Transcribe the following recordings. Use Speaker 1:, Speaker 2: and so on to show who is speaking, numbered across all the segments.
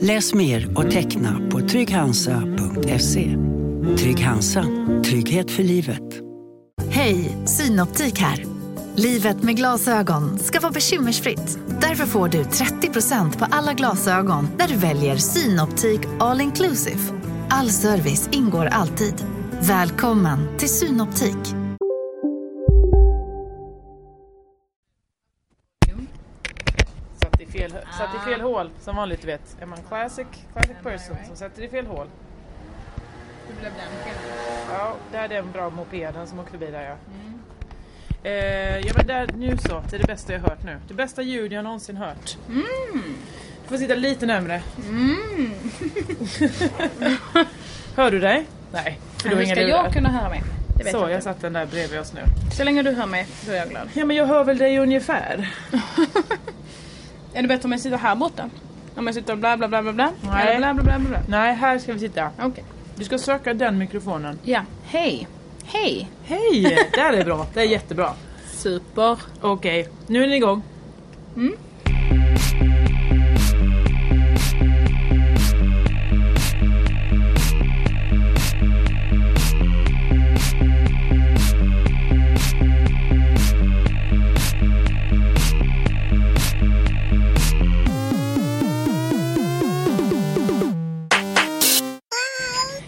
Speaker 1: Läs mer och teckna på trygghansa.se. Trygg Hansa. Trygghet för livet.
Speaker 2: Hej, Synoptik här. Livet med glasögon ska vara bekymmersfritt. Därför får du 30% på alla glasögon när du väljer Synoptik All Inclusive. All service ingår alltid. Välkommen till Synoptik.
Speaker 3: Satt i fel, satt i
Speaker 4: Ah.
Speaker 3: fel hål som vanligt du vet. Är man classic, classic person som sätter i fel hål. Ja, där är den bra mopeden som åkte förbi där ja.
Speaker 4: Mm.
Speaker 3: Eh, ja men där, nu så, det är det bästa jag hört nu. Det bästa ljud jag någonsin hört.
Speaker 4: Mm.
Speaker 3: Du får sitta lite närmre. Hör du dig? Nej, för du har
Speaker 4: Hur
Speaker 3: inga
Speaker 4: ska
Speaker 3: lurar.
Speaker 4: jag kunna höra mig? Det vet
Speaker 3: Så,
Speaker 4: jag
Speaker 3: jag
Speaker 4: inte.
Speaker 3: satt den där bredvid oss nu.
Speaker 4: Så länge du hör mig så är jag glad.
Speaker 3: Ja men jag hör väl dig ungefär.
Speaker 4: Är det bättre om jag sitter här borta? Om jag sitter och bla bla bla bla bla?
Speaker 3: Nej.
Speaker 4: Eller bla bla bla bla bla?
Speaker 3: Nej, här ska vi sitta.
Speaker 4: Okej.
Speaker 3: Du ska söka den mikrofonen.
Speaker 4: Ja. Hej. Hej.
Speaker 3: Hej! Där är bra, det är jättebra.
Speaker 4: Super.
Speaker 3: Okej, nu är ni igång.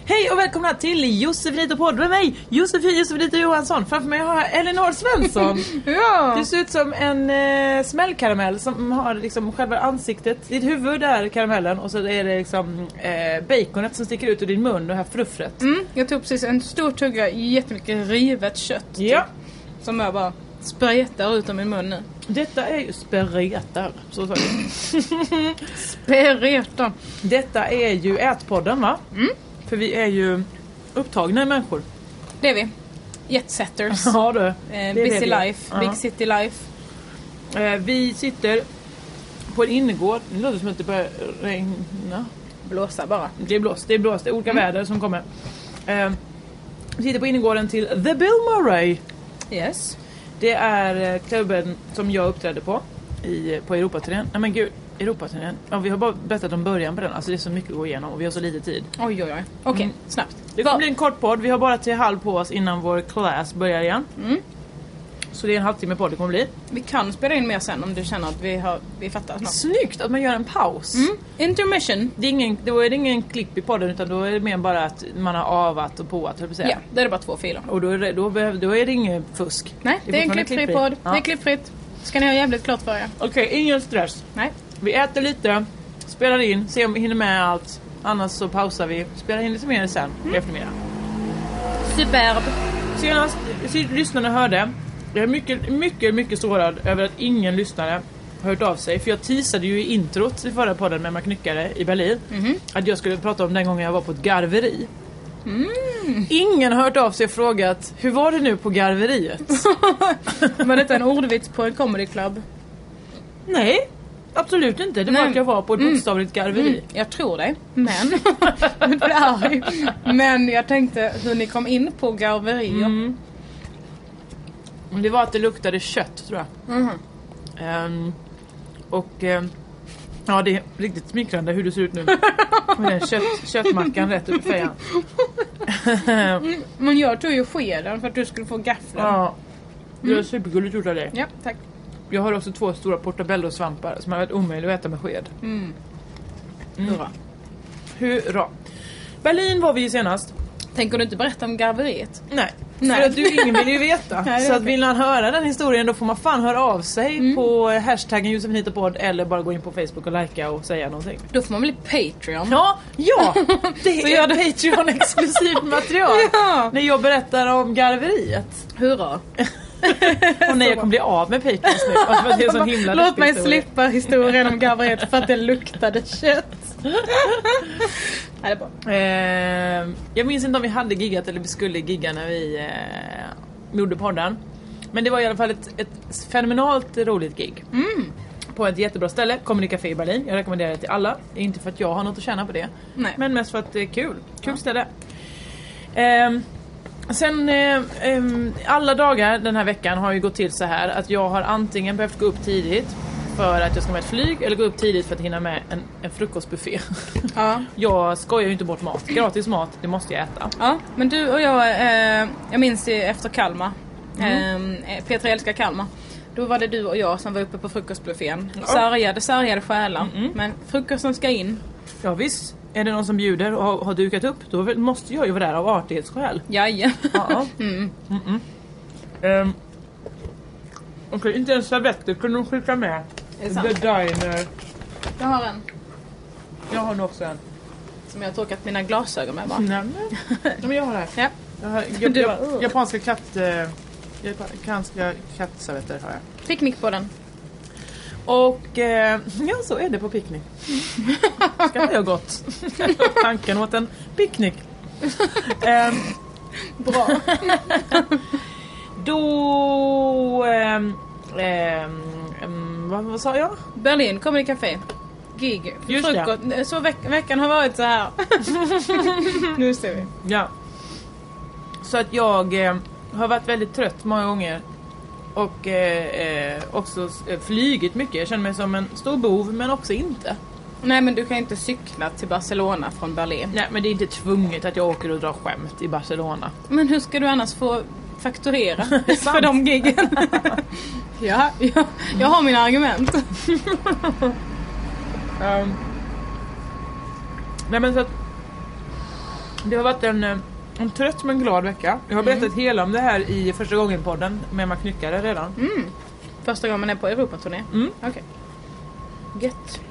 Speaker 3: Hej och välkomna till Josefinito podd med mig Josefin Josefinito Johansson. Framför mig har jag Elinor Svensson.
Speaker 4: Ja.
Speaker 3: Du ser ut som en eh, smällkaramell som har liksom själva ansiktet. Ditt huvud är karamellen och så är det liksom eh, baconet som sticker ut ur din mun och det här fruffret.
Speaker 4: Mm, jag tog precis en stor tugga jättemycket rivet kött.
Speaker 3: Ja,
Speaker 4: Typ, som jag bara spretar ut ur min mun nu.
Speaker 3: detta är ju spretar. Så sa jag.
Speaker 4: Spretar.
Speaker 3: Detta är ju Ätpodden va?
Speaker 4: Mm.
Speaker 3: För vi är ju upptagna människor.
Speaker 4: Det är vi. Jetsetters.
Speaker 3: Ja du.
Speaker 4: eh,
Speaker 3: det vi
Speaker 4: busy
Speaker 3: är.
Speaker 4: life.
Speaker 3: Ja.
Speaker 4: Big city life.
Speaker 3: Eh, vi sitter på en innergård. Det låter som att det börjar regna.
Speaker 4: Blåsa bara.
Speaker 3: Det är blåst, det är blåst, det är olika väder som kommer. Eh, vi sitter på innergården till The Bill Murray.
Speaker 4: Yes.
Speaker 3: Det är eh, klubben som jag uppträdde på i, på Europaturnén. Nej men gud, Europaturnén. Ja, vi har bara berättat om början på den. Alltså det är så mycket att gå igenom och vi har så lite tid.
Speaker 4: Oj oj oj. Okej,
Speaker 3: Mm.
Speaker 4: snabbt.
Speaker 3: Det kommer bli en kort podd. Vi har bara till halv på oss innan vår class börjar igen. Så det är en halvtimme podd det kommer bli.
Speaker 4: Vi kan spela in mer sen om du känner att vi, har, vi fattar snart.
Speaker 3: Snyggt att man gör en paus.
Speaker 4: Mm. Intermission.
Speaker 3: Det är ingen, då är det ingen klipp i podden utan då är det mer bara att man har avat och påat höll jag på att
Speaker 4: Ja,
Speaker 3: säga.
Speaker 4: där är det bara två filer.
Speaker 3: Och då är, det, då, behöv, då är det inget fusk.
Speaker 4: Nej, det är en
Speaker 3: fortfarande
Speaker 4: klippfri
Speaker 3: klippfri.
Speaker 4: podd.
Speaker 3: Ja.
Speaker 4: Det är klippfritt. Ska ni ha jävligt klart för er.
Speaker 3: Okej, ingen stress.
Speaker 4: Nej.
Speaker 3: Vi äter lite, spelar in, ser om vi hinner med allt. Annars så pausar vi, spelar in lite mer sen
Speaker 4: Mm.
Speaker 3: i eftermiddag.
Speaker 4: Superb.
Speaker 3: Senast si- lyssnarna hörde, jag är mycket, mycket, mycket sårad över att ingen lyssnare har hört av sig. För jag teasade ju i introt i förra podden med Macknyckare i Berlin att jag skulle prata om den gången jag var på ett garveri. Ingen har hört av sig och frågat hur var det nu på garveriet?
Speaker 4: Var detta en ordvits på en comedy club?
Speaker 3: Nej, absolut inte. Det var
Speaker 4: Nej. Mm.
Speaker 3: att jag var på ett bokstavligt garveri.
Speaker 4: Jag tror dig, men... det är ju. Men jag tänkte hur ni kom in på garverier.
Speaker 3: Det var att det luktade kött tror jag. Ehm, och ehm, ja, det är riktigt smickrande hur du ser ut nu. Med den kött, köttmackan rätt upp i fejan.
Speaker 4: Men jag tog ju skeden för att du skulle få gaffeln.
Speaker 3: Ja, det var supergulligt gjort av dig.
Speaker 4: Ja, tack.
Speaker 3: Jag har också två stora portobellosvampar som har varit omöjliga att äta med sked. Mm.
Speaker 4: Hurra.
Speaker 3: Hurra! Berlin var vi ju senast.
Speaker 4: Tänker du inte berätta om garveriet?
Speaker 3: Nej.
Speaker 4: Nej.
Speaker 3: För att du, ingen vill ju veta.
Speaker 4: Nej, det är
Speaker 3: så att
Speaker 4: okej.
Speaker 3: vill man höra den historien då får man fan höra av sig på hashtaggen Josefinitopodd eller bara gå in på Facebook och likea och säga någonting.
Speaker 4: Då får man bli Patreon.
Speaker 3: Ja, ja! Det
Speaker 4: Så
Speaker 3: är
Speaker 4: gör
Speaker 3: Patreon-exklusivt material.
Speaker 4: Ja.
Speaker 3: När jag berättar om garveriet.
Speaker 4: Hurra.
Speaker 3: Och när jag kommer bli av med Patreon nu. Alltså, för att det är en sån himla
Speaker 4: Låt
Speaker 3: läskig
Speaker 4: mig
Speaker 3: historia.
Speaker 4: slippa historien om garveriet för att det luktade kött. Ja, det är bra.
Speaker 3: Eh, jag minns inte om vi hade giggat eller vi skulle gigga när vi eh, gjorde podden. Men det var i alla fall ett, ett fenomenalt roligt gig.
Speaker 4: Mm.
Speaker 3: På ett jättebra ställe, Comedy Café i Berlin. Jag rekommenderar det till alla. Inte för att jag har något att tjäna på det.
Speaker 4: Nej.
Speaker 3: Men mest för att det är kul. Kul ställe. Ehm, sen eh, ehm, alla dagar den här veckan har ju gått till så här att jag har antingen behövt gå upp tidigt för att jag ska med ett flyg eller gå upp tidigt för att hinna med en, en frukostbuffé.
Speaker 4: Ja.
Speaker 3: Jag skojar ju inte bort mat. Gratis mat, det måste jag äta.
Speaker 4: Ja, men du och jag, eh, jag minns ju efter Kalmar. Eh, Petra älskar Kalmar. Då var det du och jag som var uppe på frukostbuffén. Sargade, sargade själar. Men frukosten ska in.
Speaker 3: Ja, visst. Är det någon som bjuder och har, har dukat upp, då väl- måste jag ju vara där av artighetsskäl.
Speaker 4: Jaja.
Speaker 3: Ja, ja.
Speaker 4: Mm.
Speaker 3: Mm-mm. Ehm, Okej, inte ens servetter kunde de skicka med.
Speaker 4: Är det sant?
Speaker 3: The Diner.
Speaker 4: Jag har en
Speaker 3: Jag har nog också en.
Speaker 4: som jag har torkat mina glasögon med bara.
Speaker 3: Nej, men- Nej, men jag har här.
Speaker 4: Ja.
Speaker 3: Jag har, jag, jag, japanska katt... Eh, japanska kattservetter har jag.
Speaker 4: Picknick på den.
Speaker 3: Och eh, ja, så är det på picknick. Mm. Ska jag gott. Tanken åt en picknick. Ehm,
Speaker 4: Bra.
Speaker 3: då... ehm, ehm, ehm, vad, vad sa jag?
Speaker 4: Berlin, Comedy Café. Gig.
Speaker 3: Just det.
Speaker 4: frukost. Eh, Så veck- veckan har varit så här. nu ser vi.
Speaker 3: Ja. Så att jag eh, har varit väldigt trött många gånger. Och eh, eh, också eh, flygit mycket. Jag känner mig som en stor bov, men också inte.
Speaker 4: Nej men du kan inte cykla till Barcelona från Berlin.
Speaker 3: Nej, men det är inte tvunget att jag åker och drar skämt i Barcelona.
Speaker 4: Men hur ska du annars få fakturera
Speaker 3: sant.
Speaker 4: för de giggen? ja, ja, jag har mina argument.
Speaker 3: Ehm, nej men så att Det har varit en, eh, en trött men glad vecka. Jag har berättat hela om det här i första gången podden med Emma Knyckare redan.
Speaker 4: Första gången man är på Europaturné?
Speaker 3: Mm.
Speaker 4: Okej. Gött.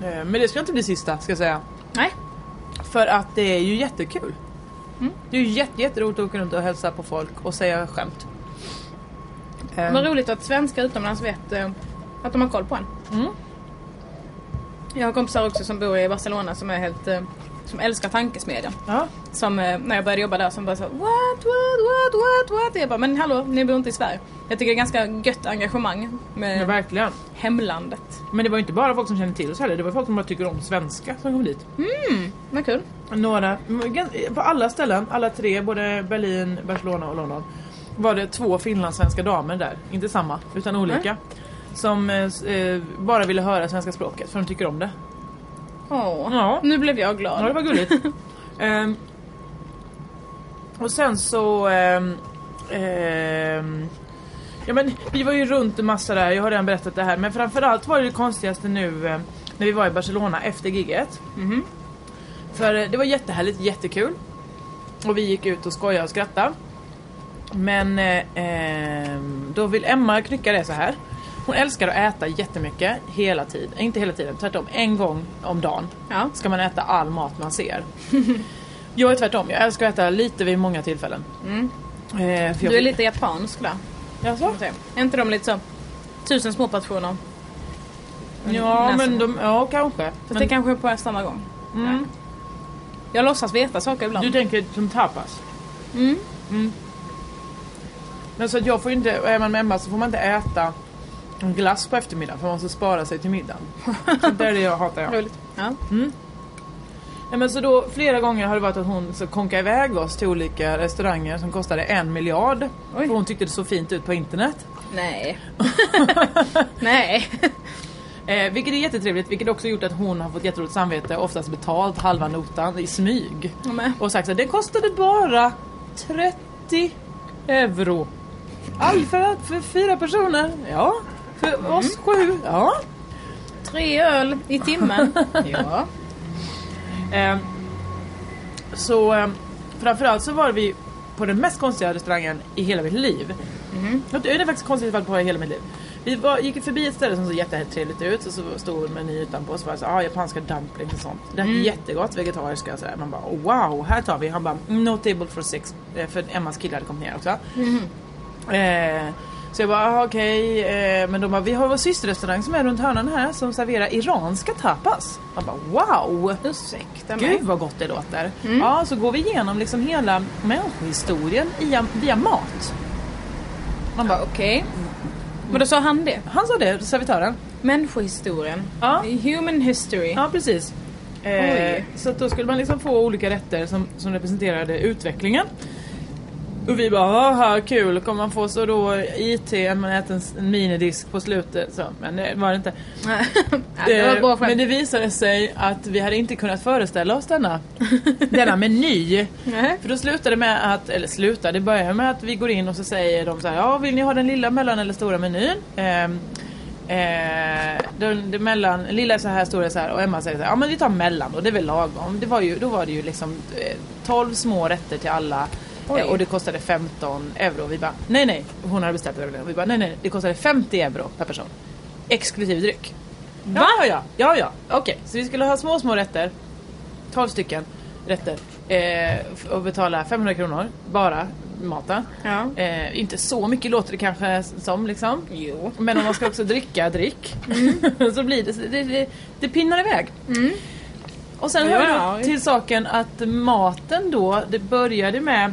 Speaker 3: Eh, Men det ska inte bli sista ska jag säga.
Speaker 4: Nej.
Speaker 3: Mm. För att det är ju jättekul. Det är ju jätte, jätteroligt att åka runt och hälsa på folk och säga skämt. Ehm,
Speaker 4: Vad roligt att svenskar utomlands vet eh, att de har koll på en.
Speaker 3: Mm.
Speaker 4: Jag har kompisar också som bor i Barcelona som är helt eh, som älskar tankesmedjan.
Speaker 3: ja.
Speaker 4: Som eh, när jag började jobba där som bara så what, what, what, what, what. Jag bara, men hallå, ni bor inte i Sverige. Jag tycker det är ganska gött engagemang med
Speaker 3: ja, verkligen.
Speaker 4: hemlandet.
Speaker 3: Men det var ju inte bara folk som kände till oss heller. Det var folk som bara tycker om svenska som kom dit.
Speaker 4: Vad kul.
Speaker 3: Några, m- gan- på alla ställen, alla tre, både Berlin, Barcelona och London var det två finlandssvenska damer där, inte samma utan olika. Som eh, s- eh, bara ville höra svenska språket för de tycker om det.
Speaker 4: Åh,
Speaker 3: Ja.
Speaker 4: nu blev jag glad.
Speaker 3: Ja, det var gulligt. Ehm, och sen så... ehm, ehm, ja, men vi var ju runt en massa där, jag har redan berättat det här. Men framförallt var det, det konstigaste nu eh, när vi var i Barcelona efter gigget. För eh, det var jättehärligt, jättekul. Och vi gick ut och skojade och skrattade. Men eh, ehm, då vill Emma knycka det så här. Hon älskar att äta jättemycket hela tiden. Inte hela tiden, tvärtom. En gång om dagen
Speaker 4: Ja.
Speaker 3: ska man äta all mat man ser. jag är tvärtom, jag älskar att äta lite vid många tillfällen. Eh, för jag
Speaker 4: Mm. Du är lite japansk där.
Speaker 3: Jaså?
Speaker 4: Får se. Är inte de lite så? Tusen små portioner.
Speaker 3: Ja,
Speaker 4: Näsan.
Speaker 3: men de, ja, kanske.
Speaker 4: Fast det
Speaker 3: Men,
Speaker 4: kanske är på samma gång.
Speaker 3: mm,
Speaker 4: Jag låtsas veta saker ibland.
Speaker 3: du tänker som tapas?
Speaker 4: Mm.
Speaker 3: Mm. Men så att jag får ju inte, är man med Emma så får man inte äta en glass på eftermiddagen för man måste spara sig till middagen. Så det är det jag hatar. Jag.
Speaker 4: Roligt. Ja.
Speaker 3: Nej, men så då, flera gånger har det varit att hon så konkar iväg oss till olika restauranger som kostade en miljard. För hon tyckte det såg fint ut på internet.
Speaker 4: Nej. Nej.
Speaker 3: Eh, vilket är jättetrevligt, vilket också gjort att hon har fått jätteroligt samvete, oftast betalt halva notan i smyg.
Speaker 4: Men,
Speaker 3: Och sagt att det kostade bara 30 euro. All för, för fyra personer, ja. För oss sju, ja.
Speaker 4: tre öl i timmen. ja.
Speaker 3: Eh, så eh, framförallt så var vi på den mest konstiga restaurangen i hela mitt liv. Något- Det är faktiskt konstigt varit på i hela mitt liv. Vi var, gick förbi ett ställe som såg jättetrevligt ut och så stod en meny utanpå och så var det så, ah, japanska dumplings och sånt. Det är jättegott, vegetariska och sådär. Man bara oh, wow, här tar vi. Han bara no table for six. Eh, För Emmas kille hade kommit ner också. Eh, Så jag bara, "Aha, okej. eh, Men de bara, vi har vår systerrestaurang som är runt hörnan här som serverar iranska tapas. Man bara, wow!
Speaker 4: Ursäkta mig. Mm.
Speaker 3: Gud vad gott det låter. Ja, så går vi igenom liksom hela människohistorien via, via mat.
Speaker 4: Man bara okej. Men då sa han det.
Speaker 3: Han sa det, servitören.
Speaker 4: Människohistorien.
Speaker 3: Ja.
Speaker 4: Human history.
Speaker 3: Ja, precis. Eh,
Speaker 4: Oj.
Speaker 3: så att då skulle man liksom få olika rätter som, som representerade utvecklingen. Och vi bara, haha kul, kommer man få så då IT, man äter en, s- en minidisk på slutet. Så, men det var det inte.
Speaker 4: det var ett bra
Speaker 3: Eh, men
Speaker 4: skämt.
Speaker 3: det visade sig att vi hade inte kunnat föreställa oss denna, denna meny.
Speaker 4: Nej.
Speaker 3: För då slutade det med att, eller slutade, det börjar med att vi går in och så säger de så här, ja vill ni ha den lilla, mellan eller stora menyn? Ehm, Eh, den, den mellan, lilla är så här, stora är så här och Emma säger så här, ja men vi tar mellan då, det är väl lagom. Det var ju, då var det ju liksom eh, 12 små rätter till alla
Speaker 4: Oj.
Speaker 3: eh, och det kostade 15 euro. Vi bara, nej nej, hon hade beställt över det. Och vi bara, nej nej, det kostade 50 euro per person. Exklusiv dryck. Ja, ja, ja, ja, ja. okej. Så vi skulle ha små, små rätter. 12 stycken rätter. Eh, f- och betala 500 kronor, bara maten.
Speaker 4: Ja.
Speaker 3: Eh, inte så mycket låter det kanske som liksom.
Speaker 4: Jo. Mm.
Speaker 3: Men om man ska också dricka dryck så blir det, det, det, det pinnar iväg. Och sen hör
Speaker 4: Ja.
Speaker 3: det till saken att maten då, det började med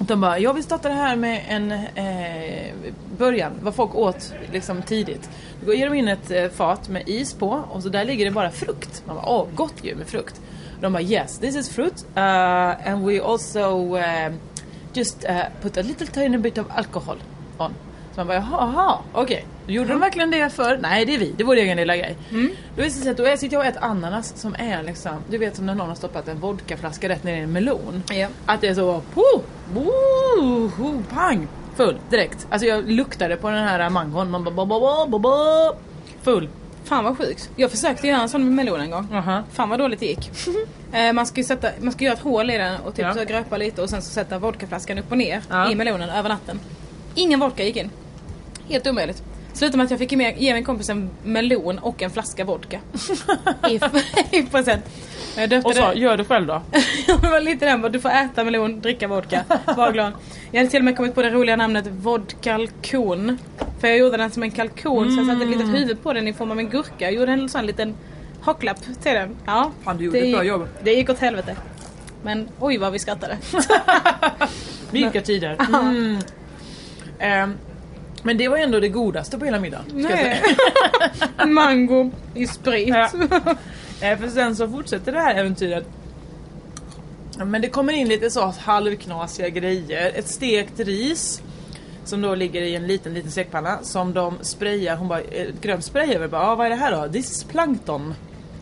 Speaker 3: att de bara, jag vill starta det här med en eh, början, vad folk åt liksom tidigt. Då ger de in ett eh, fat med is på och så där ligger det bara frukt. Man bara, åh gott ju med frukt. De bara, yes this is fruit uh, and we also eh, just eh, put a little tiny bit of alcohol on. Så man bara, jaha, jaha, okej. Gjorde
Speaker 4: Mm.
Speaker 3: de verkligen det förr? Nej, det är vi. Det är vår egen lilla grej. Då visar det sig att då är- sitter jag och äter ananas som är liksom, du vet som när någon har stoppat en vodkaflaska rätt ner i en melon.
Speaker 4: Ja.
Speaker 3: Att det är så, po, bo, ho, pang, full direkt. Alltså jag luktade på den här mangon, man bara, ba, ba, ba, ba, ba, full.
Speaker 4: Fan vad sjukt. Jag försökte göra en sån med melon en gång.
Speaker 3: Aha.
Speaker 4: Fan vad dåligt det gick. eh, man, ska ju sätta, man ska göra ett hål i den och typ
Speaker 3: Ja.
Speaker 4: så gröpa lite och sen så sätta vodkaflaskan upp och ner
Speaker 3: Ja.
Speaker 4: i melonen över natten. Ingen vodka gick in. Helt omöjligt. Slutade med att jag fick med, ge min kompis en melon och en flaska vodka. I, I present. Jag döpte
Speaker 3: Och så,
Speaker 4: det-
Speaker 3: gör det själv då.
Speaker 4: Jag var lite den bara, du får äta melon, dricka vodka. Var glad. Jag hade till och med kommit på det roliga namnet vodkalkon. För jag gjorde den som en kalkon, så jag satte ett litet
Speaker 3: Mm.
Speaker 4: huvud på den i form av en gurka. Jag gjorde en sån liten hocklapp till den. Ja,
Speaker 3: Fan, du gjorde ett bra jobb.
Speaker 4: Det gick åt helvete. Men oj vad vi skrattade.
Speaker 3: Vilka tider. Mm. Ehm, men det var ändå det godaste på hela middagen. Ska jag säga.
Speaker 4: Nej. Mango i sprit.
Speaker 3: Ja. Eh, För sen så fortsätter det här äventyret. Men det kommer in lite så halvknasiga grejer. Ett stekt ris. Som då ligger i en liten liten stekpanna som de sprayar. Hon bara, eh, grönt spray över. Bara, ah, vad är det här då? This is plankton.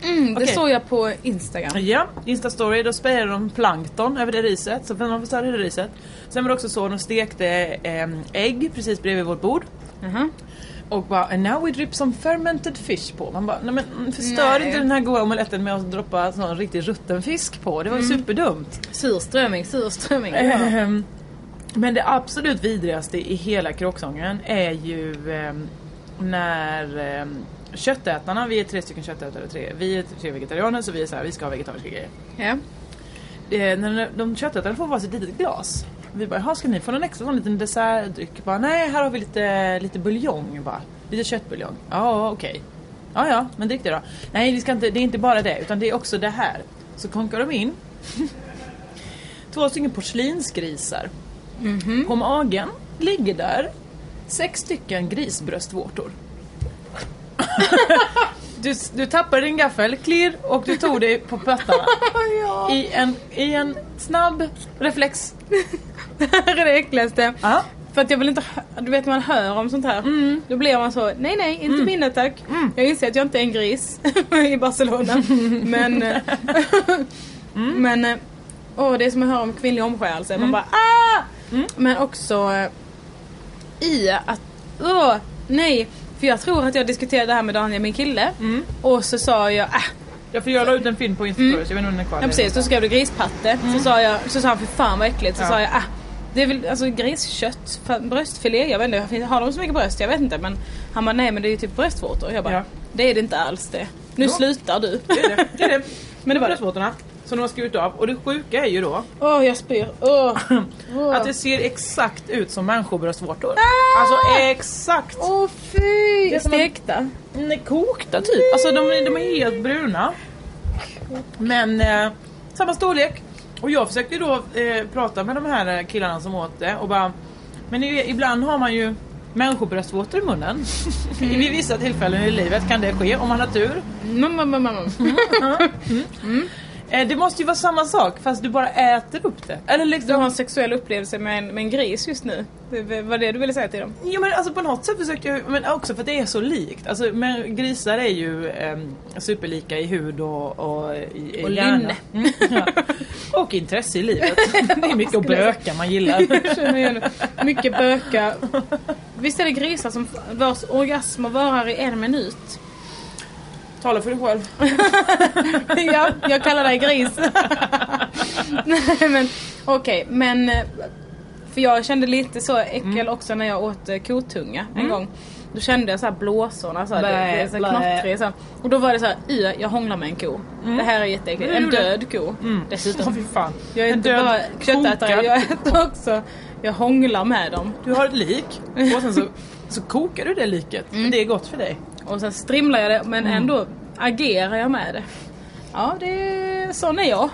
Speaker 4: Mm, det
Speaker 3: Okej.
Speaker 4: såg jag på Instagram.
Speaker 3: Ja, Insta-story. Då sprayade de plankton över det riset. Så man förstörde det riset. Sen var det också så de stekte eh, ägg precis bredvid vårt bord.
Speaker 4: Mhm.
Speaker 3: Och bara, and now we drip some fermented fish på. Man bara, nej men mm, förstör
Speaker 4: Nej.
Speaker 3: inte den här goda omeletten med att droppa sån riktig rutten fisk på. Det var ju
Speaker 4: Mm.
Speaker 3: superdumt.
Speaker 4: Surströmming, surströmming.
Speaker 3: Ehm, Men det absolut vidrigaste i hela kråksången är ju ehm, när ehm, köttätarna, vi är tre stycken köttätare, och tre, vi är tre vegetarianer så vi är så här, vi ska ha vegetariska grejer.
Speaker 4: Ja.
Speaker 3: Eh, när de köttätarna får varsitt litet glas. Vi bara, jaha ska ni få någon extra sån liten dessertdryck? Bara, Nej, här har vi lite, lite buljong bara. Lite köttbuljong. Ja, okej. Ja, ja, men drick det då. Nej, vi ska inte, det är inte bara det, utan det är också det här. Så konkar de in två stycken porslinsgrisar. På magen ligger där sex stycken grisbröstvårtor. du, du tappade din gaffel, klirr, och du tog dig på fötterna. I, en, I en snabb reflex.
Speaker 4: Det här är det äckligaste.
Speaker 3: Ja.
Speaker 4: För att jag vill inte hö- du vet när man hör om sånt här. Då blir man så, nej nej, inte mina tack. Jag inser att jag inte är en gris i Barcelona. men, eh, men, eh, åh det är som att höra om kvinnlig omskärelse. Man bara, ah! Men också eh, i att, åh nej. För jag tror att jag diskuterade det här med Daniel, min kille. Och så sa jag, ah,
Speaker 3: Jag får göra ut en film på Instagram, så jag vet inte om den är kvar.
Speaker 4: Mm. Ja precis, Mm. då skrev du grispatte. Så, sa jag, så sa han för fan vad äckligt. Så
Speaker 3: Ja.
Speaker 4: sa jag ah, det är väl alltså, griskött, fa- bröstfilé. Jag vet inte, finns- har de så mycket bröst? Jag vet inte. Men han bara nej men det är ju typ bröstvårtor. Jag bara
Speaker 3: Ja.
Speaker 4: det är det inte alls det. Nu slutar du.
Speaker 3: Det är det. det, är det.
Speaker 4: Men det var det.
Speaker 3: Bröstvårtorna. Som de har skrivit av. Och det sjuka är ju då
Speaker 4: Åh, jag spyr. Åh. Åh.
Speaker 3: att det ser exakt ut som människobröstvårtor. Alltså exakt!
Speaker 4: Ah! Åh fy!
Speaker 3: Det är som en-
Speaker 4: Stekta.
Speaker 3: Nej, kokta typ. Alltså de, är- de är helt bruna. Men eh, samma storlek. Och jag försökte ju då eh, prata med de här eh, killarna som åt det och bara Men i- ibland har man ju människobröstvårtor i munnen. Vid vissa tillfällen i livet kan det ske om man har tur.
Speaker 4: Mm, mm, mm, mm.
Speaker 3: Eh, det måste ju vara samma sak fast du bara äter upp det. Eller
Speaker 4: Du har
Speaker 3: liksom,
Speaker 4: en sexuell upplevelse med en, med en gris just nu. Det var- var det du ville säga till dem?
Speaker 3: jo men alltså på något sätt försökte jag, men också för att det är så likt. Alltså men grisar är ju ehm, superlika i hud och, och i, i
Speaker 4: Och
Speaker 3: hjärna.
Speaker 4: lynne.
Speaker 3: Mm, ja. Och intresse i livet. Det är mycket att
Speaker 4: Skulle jag
Speaker 3: böka man gillar.
Speaker 4: Känner igen det. Mycket böka. Visst är det grisar som vars orgasmer varar i en minut?
Speaker 3: Tala för dig själv.
Speaker 4: ja, jag kallar dig gris. Nej men okej, men eh, för jag kände lite så äckel
Speaker 3: Mm.
Speaker 4: också när jag åt eh, kotunga en gång. Då kände jag så här blåsorna, så här, det, det är så
Speaker 3: Blä,
Speaker 4: här
Speaker 3: blä.
Speaker 4: knottrig, så här. Och då var det så här, "Ö, jag hånglar med en ko.
Speaker 3: Mm.
Speaker 4: Det här är jätteäckligt. En död ko
Speaker 3: Åh,
Speaker 4: dessutom.
Speaker 3: fy fan.
Speaker 4: Jag
Speaker 3: Mm.
Speaker 4: är
Speaker 3: En
Speaker 4: inte
Speaker 3: död
Speaker 4: bara
Speaker 3: kokad
Speaker 4: köttätare, jag äter också. Jag hånglar med dem.
Speaker 3: Du har ett lik och sen så, så kokar du det liket.
Speaker 4: Mm.
Speaker 3: Men det är gott för dig.
Speaker 4: Och sen strimlar jag det men
Speaker 3: Mm.
Speaker 4: ändå agerar jag med det. Ja, det är, sån är jag.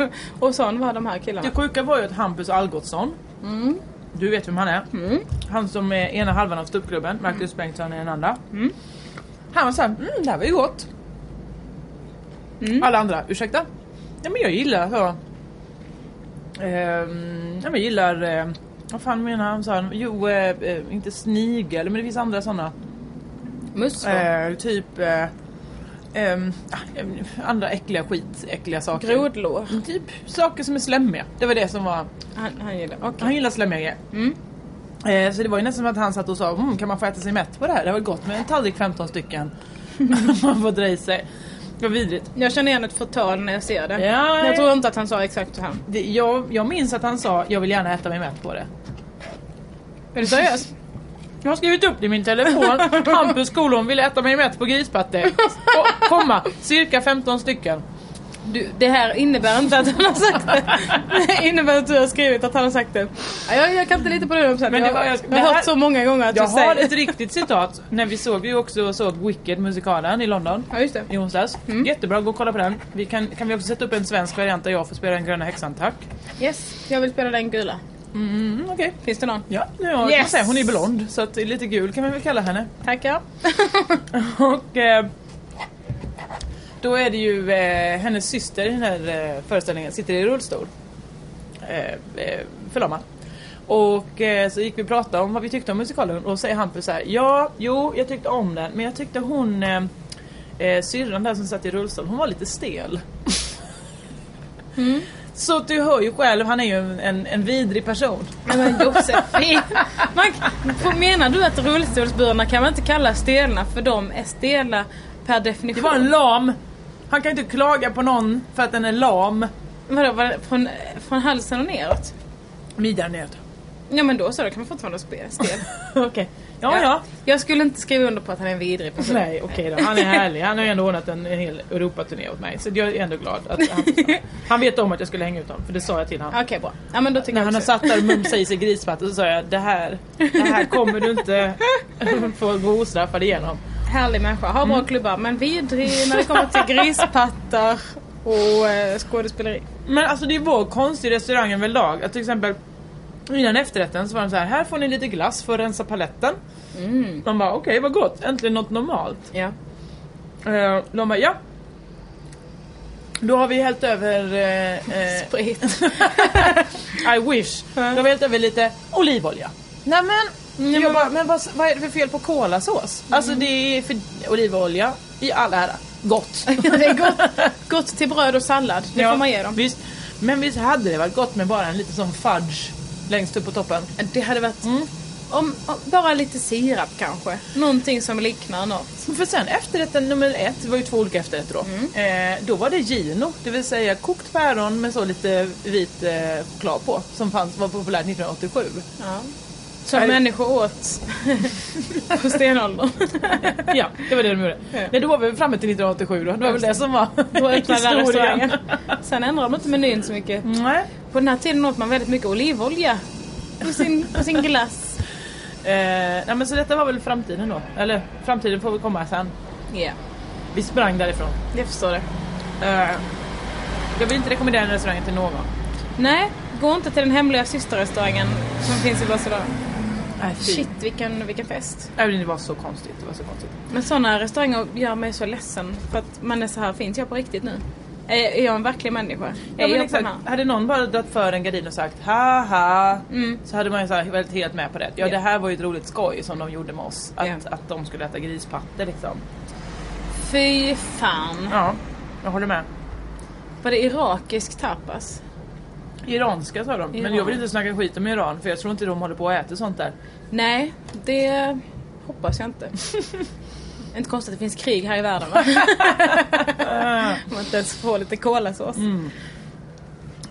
Speaker 4: och sån var de här killarna.
Speaker 3: Det sjuka var ju att Hampus Algotsson Du vet vem han är? Han som är ena halvan av ståuppklubben, Marcus Bengtsson är den andra Han var såhär, mm, det här var ju gott Alla andra, ursäkta? Ja men jag gillar så ehm, Ja men jag gillar eh, Vad fan menar han? Så här, jo, eh, eh, inte snigel men det finns andra sådana
Speaker 4: Musslor.
Speaker 3: eh, Typ eh, ehm, ah, ehm, Andra äckliga skit, äckliga saker
Speaker 4: Grodlår.
Speaker 3: Typ saker som är slemmiga, det var det som var
Speaker 4: Han, han gillar. Okej.
Speaker 3: han gillar slemmiga
Speaker 4: Mm.
Speaker 3: eh, Så det var ju nästan som att han satt och sa mm, Kan man få äta sig mätt på det här? Det var gott med en tallrik 15 stycken Man får dra i sig Vad vidrigt
Speaker 4: Jag känner igen ett förtal när jag ser det.
Speaker 3: Ja.
Speaker 4: Jag tror inte att han sa exakt så här.
Speaker 3: det, jag, jag minns att han sa Jag vill gärna äta mig mätt på det
Speaker 4: Är du seriös?
Speaker 3: Jag har skrivit upp det i min telefon Hampus kolon vill äta mig mätt på grispatte och, Komma, cirka 15 stycken
Speaker 4: Du, det här innebär inte att han har sagt det. Det innebär att du har skrivit att han har sagt det. Ja, Jag, jag kan inte lita på det. Men
Speaker 3: Men det var-
Speaker 4: jag,
Speaker 3: jag-
Speaker 4: jag
Speaker 3: det
Speaker 4: har
Speaker 3: här-
Speaker 4: hört så många gånger att
Speaker 3: Jag
Speaker 4: du säger
Speaker 3: har ett riktigt citat När vi såg, vi också såg Wicked musikalen i London
Speaker 4: Ja, just det.
Speaker 3: i onsdags.
Speaker 4: Mm.
Speaker 3: Jättebra, gå och kolla på den. Vi kan, kan vi också sätta upp en svensk variant där jag får spela den gröna häxan, tack.
Speaker 4: Yes, jag vill spela den gula.
Speaker 3: Mm, okej.
Speaker 4: Finns det någon?
Speaker 3: Ja, ja
Speaker 4: Yes!
Speaker 3: yes. säga, hon är blond så att lite gul kan man väl kalla henne.
Speaker 4: Tackar.
Speaker 3: Och eh, då är det ju eh, hennes syster i den här eh, föreställningen sitter i rullstol. Eh, eh, förlamad. Och eh, så gick vi och pratade om vad vi tyckte om musikalen och så säger Hampus så här, ja, jo, jag tyckte om den men jag tyckte hon eh, eh, syrran där som satt i rullstol, hon var lite stel. Så att du hör ju själv, han är ju en, en, en vidrig person.
Speaker 4: Nej men Josefin! Man, vad menar du att rullstolsburna kan man inte kalla stelna för de är stela
Speaker 3: Det
Speaker 4: per definition?
Speaker 3: var en lam! Han kan inte klaga på någon för att den är lam.
Speaker 4: Vadå, var det från, från halsen och neråt?
Speaker 3: Midjan nöd.
Speaker 4: Ja men då så, då kan man fortfarande vara spe- stel.
Speaker 3: Okej. Ja, ja.
Speaker 4: Jag skulle inte skriva under på att han är en vidrig person.
Speaker 3: Nej, okej då. Han är härlig. Han har ju ändå ordnat en, en hel Europaturné åt mig. Så jag är ändå glad att han Han vet om att jag skulle hänga ut honom, för det sa jag till honom.
Speaker 4: Okej bra. Ja men då tycker
Speaker 3: När
Speaker 4: jag
Speaker 3: han har
Speaker 4: också-
Speaker 3: satt där och mumsat i sig grisfatten så sa jag det här, det här kommer du inte få gå ostraffad igenom.
Speaker 4: Härlig människa, har
Speaker 3: Mm.
Speaker 4: bra klubbar men vidrig när det kommer till grispattar och eh, skådespeleri.
Speaker 3: Men alltså det var konstigt i restaurangen väl lag. Att till exempel innan efterrätten så var de så här, här får ni lite glass för att rensa paletten. Man bara okej vad gott, äntligen något normalt.
Speaker 4: Ja.
Speaker 3: Eh, De bara ja. Då har vi hällt över... eh, eh,
Speaker 4: Sprit.
Speaker 3: I wish. Då har vi hällt över lite olivolja. Nämen! jag bara, men vad, vad är det för fel på kolasås? Alltså det är för olivolja i all ära. Gott.
Speaker 4: det är gott, gott till bröd och sallad, det får man ge dem.
Speaker 3: Visst. Men visst hade det varit gott med bara en liten sån fudge längst upp på toppen?
Speaker 4: Det hade varit...
Speaker 3: Mm.
Speaker 4: Om, om, bara lite sirap kanske. Någonting som liknar något.
Speaker 3: För sen efterrätten nummer ett, det var ju två olika efterrätter då.
Speaker 4: Mm.
Speaker 3: Eh, då var det gino, det vill säga kokt päron med så lite vit eh, choklad på. Som fanns, var populärt 1987.
Speaker 4: Som
Speaker 3: Nej.
Speaker 4: människor åt på stenåldern.
Speaker 3: Ja, det var det de gjorde. Nej, då var vi framme till 1987 då. Det var väl det som var
Speaker 4: Då öppnade den här
Speaker 3: historien.
Speaker 4: restaurangen. Sen ändrade de inte menyn så mycket.
Speaker 3: Nej.
Speaker 4: På den här tiden åt man väldigt mycket olivolja på sin, på sin glass.
Speaker 3: Eh, nej men så detta var väl framtiden då. Eller framtiden får väl komma sen.
Speaker 4: Ja,
Speaker 3: Vi sprang därifrån.
Speaker 4: jag förstår det.
Speaker 3: Eh, jag vill inte rekommendera den restaurangen till någon.
Speaker 4: Nej, gå inte till den hemliga systerrestaurangen som finns i Barcelona.
Speaker 3: Nej,
Speaker 4: Shit, vilken, vilken fest.
Speaker 3: Även det var så konstigt. Det var så konstigt.
Speaker 4: Men sådana restauranger gör mig så ledsen för att man är så här, finns jag på riktigt nu? Är, är jag en verklig människa? Är
Speaker 3: Ja, men
Speaker 4: jag
Speaker 3: exakt.
Speaker 4: på den här?
Speaker 3: Hade någon bara dragit för en gardin och sagt haha så hade man ju så här varit helt med på det. Mm. Ja
Speaker 4: Ja.
Speaker 3: det här var ju ett roligt skoj som de gjorde med oss. Att,
Speaker 4: Ja.
Speaker 3: att de skulle äta grispatter liksom.
Speaker 4: Fy fan.
Speaker 3: Ja, jag håller med.
Speaker 4: Var det irakisk tapas?
Speaker 3: Iranska sa de. Men
Speaker 4: Iran.
Speaker 3: jag vill inte snacka skit om Iran för jag tror inte de håller på att äta sånt där.
Speaker 4: Nej, det hoppas jag inte. inte konstigt att det finns krig här i världen va? Om man inte ens får lite kolasås.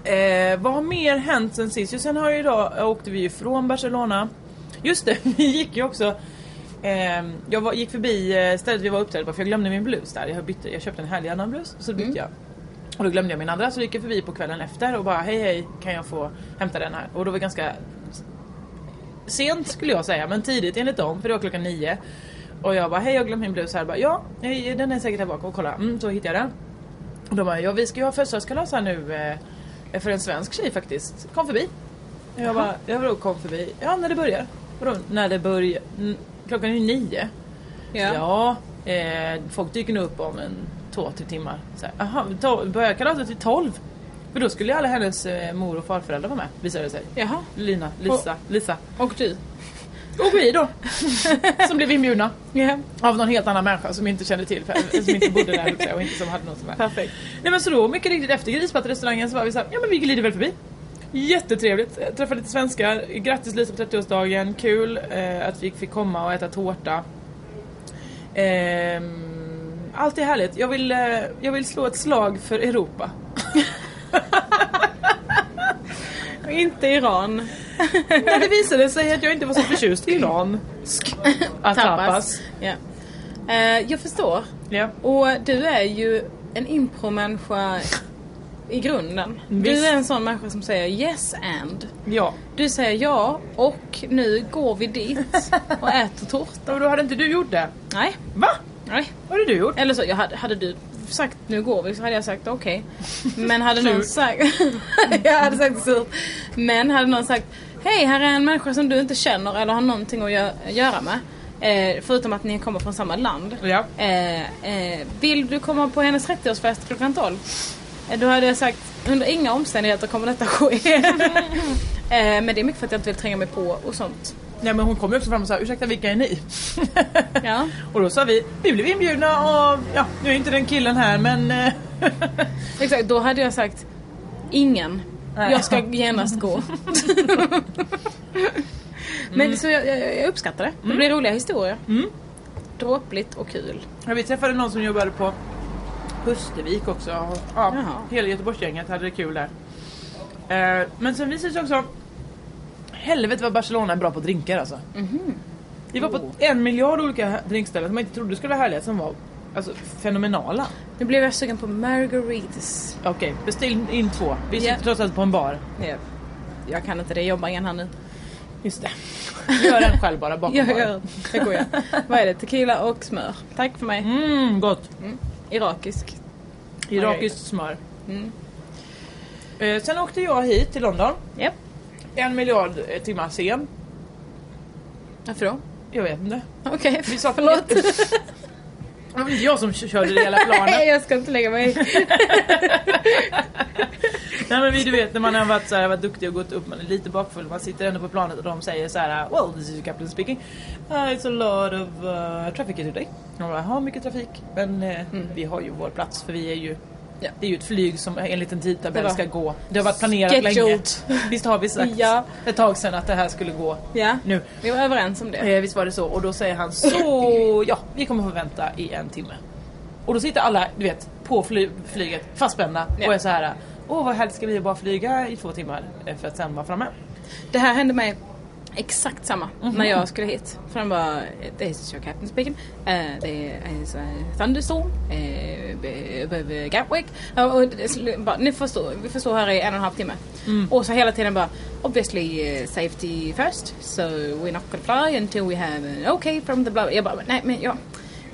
Speaker 3: Eh, vad har mer hänt sen sist? Jo, sen har ju idag eh, åkte vi ju från Barcelona. Just det, vi gick ju också. Eh, jag var, gick förbi eh, stället vi var uppträdda på för jag glömde min blus där. Jag, bytte, jag köpte en härlig annan blus så bytte jag. Och då glömde jag min andra så gick jag förbi på kvällen efter och bara hej hej kan jag få hämta den här? Och då var det ganska s- sent skulle jag säga men tidigt enligt dem för det var klockan nio. Och jag bara hej jag har glömt min blus här. Bara, ja hej, den är säkert här bak och kolla. Mm, så hittade jag den. Och de bara, ja vi ska ju ha födelsedagskalas här nu eh, för en svensk tjej faktiskt. Kom förbi. Jag bara, jag bara kom förbi. Ja när det börjar. Vadå när det börjar? Mm, Klockan är ju nio.
Speaker 4: Ja.
Speaker 3: Ja. eh, folk dyker nog upp om en två, tre timmar. Så här, Aha, to- börjar kalaset vid tolv? För då skulle ju alla hennes eh, mor och farföräldrar vara med visade det sig.
Speaker 4: Jaha,
Speaker 3: Lina, Lisa, Lisa.
Speaker 4: och du?
Speaker 3: Och vi då. som blev inbjudna.
Speaker 4: Ja,
Speaker 3: Av någon helt annan människa som inte kände till, för, som inte bodde där höll jag på att säga, och inte som hade något som här.
Speaker 4: perfekt.
Speaker 3: Nej men så då mycket riktigt efter grispatterrestaurangen så var vi så här, ja men vi glider väl förbi. Jättetrevligt, Jag träffade lite svenskar, grattis Lisa på 30-årsdagen, kul eh, att vi fick komma och äta tårta. Ehm, allt är härligt, jag vill, eh, jag vill slå ett slag för Europa.
Speaker 4: Och Inte Iran.
Speaker 3: När det visade sig att jag inte var så förtjust i iransk att tapas.
Speaker 4: Ja. Eh, jag förstår.
Speaker 3: Ja.
Speaker 4: Och du är ju en impromänniska i grunden.
Speaker 3: Visst.
Speaker 4: Du är en sån människa som säger yes and.
Speaker 3: ja.
Speaker 4: Du säger ja och nu går vi dit och äter tårta.
Speaker 3: Och då hade inte du gjort det.
Speaker 4: Nej,
Speaker 3: Va?
Speaker 4: nej.
Speaker 3: Vad hade du gjort?
Speaker 4: Eller så, jag hade, hade du sagt nu går vi så hade jag sagt okej. Men hade någon
Speaker 3: Surt.
Speaker 4: sagt... jag hade sagt surt. Men hade någon sagt hej här är en människa som du inte känner eller har någonting att gö- göra med. Eh, förutom att ni kommer från samma land.
Speaker 3: Ja.
Speaker 4: Eh, eh, vill du komma på hennes 30-årsfest klockan 12? Eh, då hade jag sagt under inga omständigheter kommer detta ske. eh, men det är mycket för att jag inte vill tränga mig på och sånt.
Speaker 3: Nej men hon kom ju också fram och sa ursäkta vilka är ni?
Speaker 4: Ja.
Speaker 3: Och då sa vi, vi blev inbjudna och ja, nu är inte den killen här men eh,
Speaker 4: Exakt, då hade jag sagt ingen.
Speaker 3: Nej.
Speaker 4: Jag ska genast gå. Men
Speaker 3: Mm.
Speaker 4: så jag, jag, jag uppskattar det. Det blir roliga historier. Dråpligt och kul.
Speaker 3: ja, vi träffade någon som jobbade på Pustervik också. Och, ja,
Speaker 4: Jaha.
Speaker 3: hela Göteborgsgänget hade det kul där. Eh, men sen visade det sig också, helvete vad Barcelona är bra på drinkar alltså. Vi var på en miljard olika drinkställen som man inte trodde skulle vara härliga som var alltså, fenomenala.
Speaker 4: Nu blev jag sugen på margaritas.
Speaker 3: Okej, beställ in två. Vi sitter
Speaker 4: Ja.
Speaker 3: trots allt på en bar.
Speaker 4: Jag kan inte det, jag jobbar igen här nu.
Speaker 3: Just det. Gör en själv bara bakom
Speaker 4: Jag
Speaker 3: baren.
Speaker 4: gör det. går jag. Vad är det? Tequila och smör. Tack för mig.
Speaker 3: Mm, gott.
Speaker 4: Irakisk.
Speaker 3: Irakiskt smör. Eh, sen åkte jag hit till London.
Speaker 4: Japp.
Speaker 3: En miljard eh, timmar sen.
Speaker 4: Varför då?
Speaker 3: Jag vet inte.
Speaker 4: Okej,
Speaker 3: Vi sa
Speaker 4: förlåt.
Speaker 3: Det var inte jag som k- körde det hela planet.
Speaker 4: Nej, jag ska inte lägga mig i.
Speaker 3: Nej men vi, du vet när man har varit, så här, varit duktig och gått upp, man är lite bakfull. Man sitter ändå på planet och de säger så här: Well this is your captain speaking. Uh, it's a lot of uh, traffic here today. Och man har mycket trafik. Men eh, vi har ju vår plats för vi är ju
Speaker 4: Mm. Ja.
Speaker 3: Det är ju ett flyg som enligt en
Speaker 4: Det
Speaker 3: tidtabell
Speaker 4: var
Speaker 3: ska gå. Det har varit planerat
Speaker 4: scheduled.
Speaker 3: länge. Visst har vi sagt
Speaker 4: Ja.
Speaker 3: ett tag sedan att det här skulle gå
Speaker 4: Ja,
Speaker 3: nu.
Speaker 4: vi var överens om det.
Speaker 3: Eh, visst var det så? Och då säger han så, ja vi kommer få vänta i en timme. Och då sitter alla, du vet, på fly- flyget fastspända
Speaker 4: Ja.
Speaker 3: och är så här. Åh vad härligt ska vi bara flyga i två timmar eh, för att sen vara framme.
Speaker 4: Det här hände mig Exakt samma när jag skulle hit. För han bara, det is your captain speaking. Eh, Det is a thunderstorm. eh, b- Above Gatwick. Ja, och det sl- bara, Ni förstår, vi förstår här i en och en halv timme. Och så hela tiden bara, obviously eh, safety first. So we're not gonna fly until we have an okay from the blah. Jag bara, nej men jag,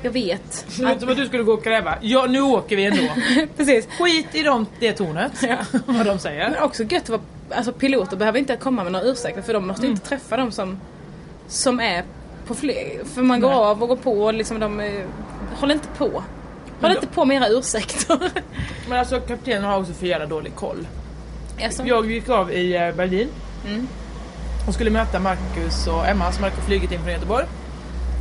Speaker 4: jag vet.
Speaker 3: Så vet du vad du skulle gå och kräva? Ja, nu åker vi ändå.
Speaker 4: Precis.
Speaker 3: Skit i dem, det tornet. Vad de säger.
Speaker 4: Men också gött att vara, alltså piloter behöver inte komma med några ursäkter för de måste inte
Speaker 3: Mm.
Speaker 4: träffa de som, som är på flyg. För man går
Speaker 3: Nej.
Speaker 4: av och går på och liksom de eh, håller inte på. Håll inte på med era ursäkter.
Speaker 3: Men alltså kaptenen har också för jävla dålig koll.
Speaker 4: Alltså,
Speaker 3: Jag gick av i eh, Berlin och skulle möta Marcus och Emma som hade flugit in från Göteborg.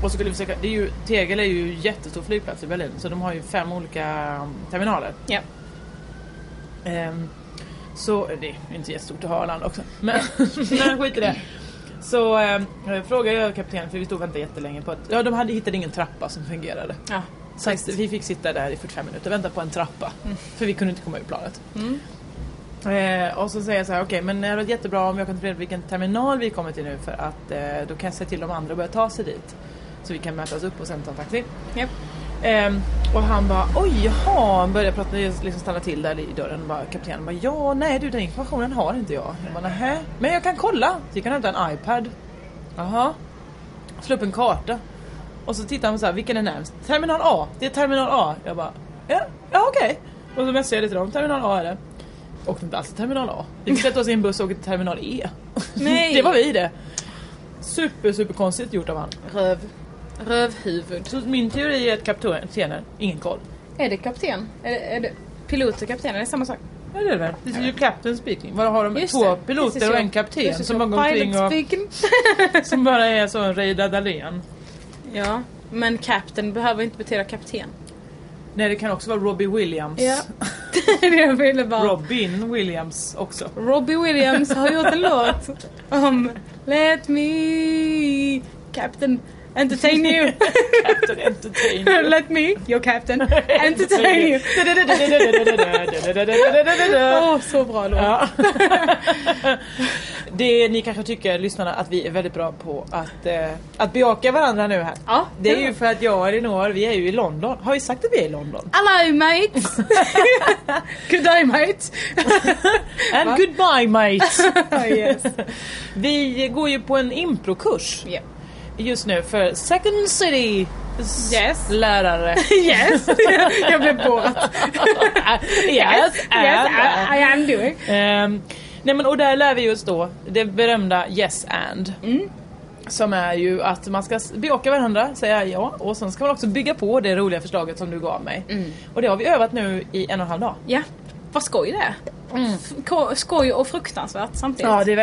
Speaker 3: Och så skulle vi försöka, det är ju, Tegel är ju en jättestor flygplats i Berlin så de har ju fem olika mm, terminaler.
Speaker 4: ja.
Speaker 3: Ehm, så det är inte jättestort att ha Arlanda också. Men, men skit i det. Så ehm, jag frågade jag kaptenen, för vi stod och väntade jättelänge på att ja, de hade hittat ingen trappa som fungerade.
Speaker 4: ja.
Speaker 3: Så att vi fick sitta där i 45 minuter och vänta på en trappa. För vi kunde inte komma ur planet. Eh, och så säger jag så här, okej men det hade varit jättebra om jag kunde få reda på vilken terminal vi kommer till nu för att eh, då kan jag se till de andra att börja ta sig dit. Så vi kan mötas upp och sen ta en taxi.
Speaker 4: Japp.
Speaker 3: Ehm, och han bara oj jaha, han började prata, liksom stanna till där i dörren och bara, kaptenen bara ja nej du den informationen har inte jag. Jag bara nähä, men jag kan kolla. Så gick han och hämtade en iPad. Jaha. Slå upp en karta. Och så tittar han så här, vilken är närmst? Terminal A, det är terminal A. Jag bara ja, ja okej. Och så messade jag lite till dem, terminal A är det. Åkte inte alls till terminal A. Vi fick sätta oss i en buss och åka till terminal E.
Speaker 4: Nej.
Speaker 3: det var vi det. Super super konstigt gjort av han.
Speaker 4: Röv. Rövhuvud.
Speaker 3: Så min teori är att kaptenen, ingen koll.
Speaker 4: Är det kapten? Är det, är det pilot och kapten? Är det samma sak?
Speaker 3: Ja det är det väl. This is your captain speaking. Vad har de? två
Speaker 4: det. This is
Speaker 3: piloter och
Speaker 4: your-
Speaker 3: en kapten
Speaker 4: this is
Speaker 3: som
Speaker 4: your
Speaker 3: bara går omkring
Speaker 4: pilot
Speaker 3: och
Speaker 4: speaking.
Speaker 3: som bara är så en Reidar Dahlén.
Speaker 4: ja. Men kapten behöver inte betyda kapten.
Speaker 3: Nej det kan också vara Robbie Williams.
Speaker 4: det är det jag ville bara.
Speaker 3: Robin Williams också.
Speaker 4: Robbie Williams har gjort en låt om Let me Captain entertain you
Speaker 3: Captain Entertainment.
Speaker 4: Let me, your captain, entertain you Åh, så bra låt!
Speaker 3: Ja. det ni kanske tycker, lyssnarna, att vi är väldigt bra på att, eh, att bejaka varandra nu här.
Speaker 4: Ja,
Speaker 3: Det är ju för att jag och Elinor, vi är ju i London. Har vi sagt att vi är i London?
Speaker 4: Hello mates! Good day mates!
Speaker 3: And
Speaker 4: Va?
Speaker 3: goodbye mate!
Speaker 4: Ah, yes.
Speaker 3: Vi går ju på en improkurs
Speaker 4: Yeah.
Speaker 3: just nu för Second City s-
Speaker 4: Yes.
Speaker 3: lärare.
Speaker 4: yes! jag blev borrat.
Speaker 3: yes,
Speaker 4: yes, uh,
Speaker 3: and,
Speaker 4: I, I am doing.
Speaker 3: Ehm, nej men och där lär vi oss då det berömda yes and.
Speaker 4: Mm.
Speaker 3: Som är ju att man ska s- bejaka varandra, säga ja och sen ska man också bygga på det roliga förslaget som du gav mig.
Speaker 4: Mm.
Speaker 3: Och det har vi övat nu i en och en halv dag.
Speaker 4: Ja, vad skoj det är. F- ko- Skoj och fruktansvärt samtidigt.
Speaker 3: det är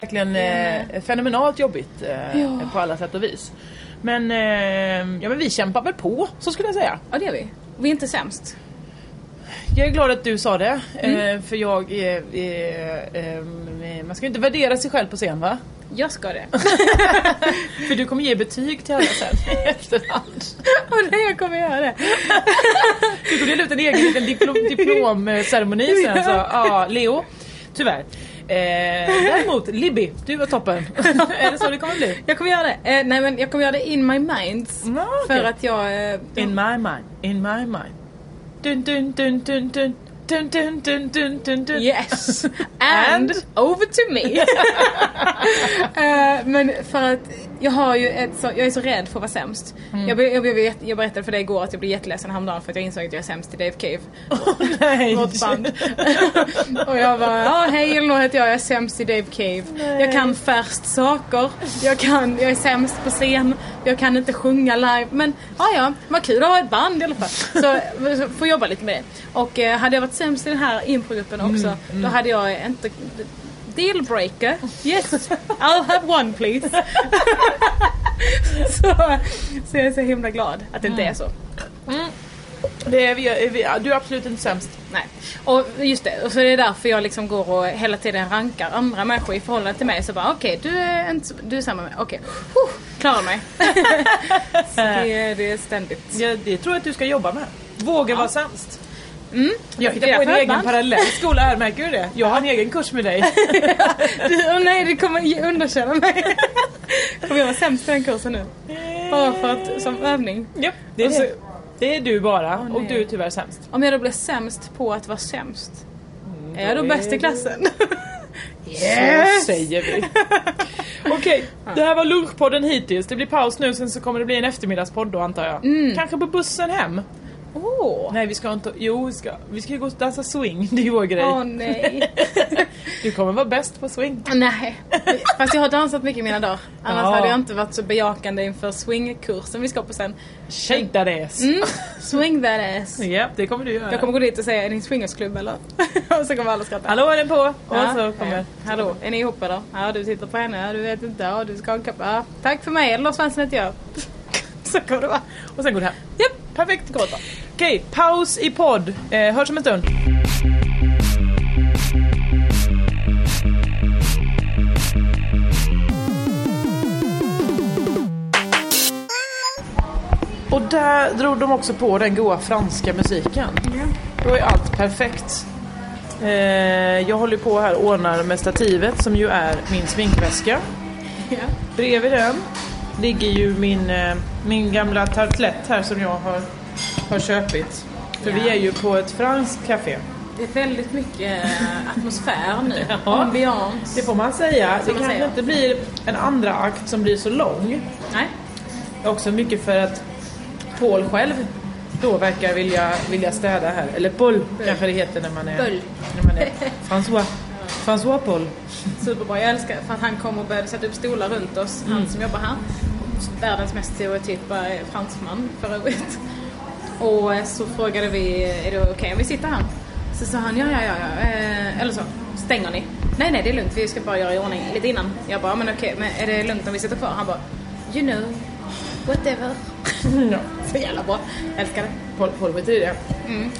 Speaker 3: verkligen eh, fenomenalt jobbigt eh, på alla sätt och vis. Men, eh, ja, men vi kämpar väl på, så skulle jag säga.
Speaker 4: Ja, det är vi. Vi är inte sämst.
Speaker 3: Jag är glad att du sa det, eh, för jag är, är, eh, Man ska ju inte värdera sig själv på scen va?
Speaker 4: Jag ska det.
Speaker 3: För du kommer ge betyg till alla sen i efterhand.
Speaker 4: Åh nej, jag kommer göra det.
Speaker 3: Du får dela ut en egen liten diplom- diplomceremoni sen. Så, ja, Leo, tyvärr. Eh, däremot, Libby, du var toppen. är det så det kommer bli?
Speaker 4: Jag kommer göra det. Eh, nej men jag kommer göra det in my mind.
Speaker 3: Ja, okej.
Speaker 4: För att jag... Eh,
Speaker 3: In my mind, in my mind. Dun, dun, dun, dun, dun. dun, dun, dun, dun, dun, dun.
Speaker 4: Yes! And, over to me! Eh, men för att jag har ju ett så, jag är så rädd för att vara sämst. Jag, blev- jag, blev, jätte- jag berättade för dig igår att jag blev jätteledsen häromdagen för att jag insåg att jag är sämst i Dave Cave.
Speaker 3: Nej.
Speaker 4: Vårt band. och jag bara, ja hej Elinor heter jag, jag är sämst i Dave Cave. Jag kan färst saker, jag, kan, jag är sämst på scen, jag kan inte sjunga live. Men ja, ja, vad kul att ha ett band i alla fall. Så så får jobba lite med det. Och eh, hade jag varit sämst i den här improgruppen också, då hade jag inte... Dealbreaker, yes, I'll have one please. så, så jag är så himla glad att det inte är så.
Speaker 3: Det är, vi, är vi, ja, du är absolut inte sämst.
Speaker 4: Nej. Och just det, och så är det därför jag liksom går och hela tiden rankar andra människor i förhållande till mig. Så bara okej, du, är inte så- du är samma med Okej, Huh, klarar mig. så det, är- det är ständigt.
Speaker 3: Jag, det tror jag att du ska jobba med. Våga vara sämst.
Speaker 4: Mm.
Speaker 3: Jag
Speaker 4: Det
Speaker 3: hittar
Speaker 4: är
Speaker 3: på en
Speaker 4: för
Speaker 3: egen
Speaker 4: band.
Speaker 3: parallell skola här, märker du det? Jag har en egen kurs med dig.
Speaker 4: Du, åh nej, det kommer ge- underkänna mig. kommer jag vara sämst på den kursen nu? Bara för att, som övning.
Speaker 3: Japp, det, är
Speaker 4: Och så-
Speaker 3: det. det är du bara och
Speaker 4: nej.
Speaker 3: du är tyvärr sämst.
Speaker 4: Om jag då blir sämst på att vara sämst, är jag Mm, då bäst i klassen?
Speaker 3: Så säger vi. Okej, det här var lunchpodden hittills. Det blir paus nu, sen så kommer det bli en eftermiddagspodd då antar jag. Kanske på bussen hem.
Speaker 4: Mm. Åh,
Speaker 3: Nej vi ska inte, jo vi ska, vi ska ju gå och dansa swing, det är ju vår grej.
Speaker 4: åh nej.
Speaker 3: Du kommer vara bäst på
Speaker 4: Mm.
Speaker 3: swing.
Speaker 4: Nej, fast jag har dansat mycket i mina dagar. Annars
Speaker 3: Ja.
Speaker 4: hade jag inte varit så bejakande inför swingkursen vi ska på sen.
Speaker 3: Shaded ass.
Speaker 4: Mm, swing that ass.
Speaker 3: Ja, det kommer du göra.
Speaker 4: Jag kommer gå dit och säga, är ni en swingersklubb eller? och så kommer alla skratta.
Speaker 3: Hallå är den på? Och
Speaker 4: Ja,
Speaker 3: så
Speaker 4: ja.
Speaker 3: kommer...
Speaker 4: Hallå, är ni ihop eller? Ja, du tittar på henne, ja, du vet inte, ja, du ska ha en kappa. Ja, tack för mig, Lars Svensson heter jag. så kommer det vara.
Speaker 3: Och sen går det här.
Speaker 4: Japp.
Speaker 3: Perfekt, gott då. Okej, paus i podd. Eh, hörs om en stund. Och där drog de också på den goa franska musiken. Då är allt perfekt. Eh, jag håller på här och ordnar med stativet som ju är min sminkväska. Bredvid den ligger ju min, eh, min gamla tartlett här som jag har, har köpit. För vi är ju på ett franskt café.
Speaker 4: Det är väldigt mycket eh, atmosfär nu. Ambiance.
Speaker 3: Det får man säga. Det
Speaker 4: man
Speaker 3: kanske
Speaker 4: säga.
Speaker 3: inte blir en andra akt som blir så lång.
Speaker 4: Nej.
Speaker 3: Också mycket för att Paul själv då verkar vilja, vilja städa här. Eller Paul kanske det heter när man är...
Speaker 4: Bull.
Speaker 3: När man är François. François Paul.
Speaker 4: Superbra, jag älskar för att han kom och började sätta upp stolar runt oss, han som jobbar här. Världens mest stereotypa eh, fransman för övrigt. Och eh, så frågade vi, är det okej om vi sitter här? Så sa han, ja ja ja, ja. Eh, eller så, stänger ni? Nej nej det är lugnt, vi ska bara göra i ordning lite innan. Jag bara, men okej, men är det lugnt om vi sitter kvar? Han bara, you know, whatever.
Speaker 3: Ja.
Speaker 4: Så jävla bra, älskar det.
Speaker 3: Paul, Paul vet du det?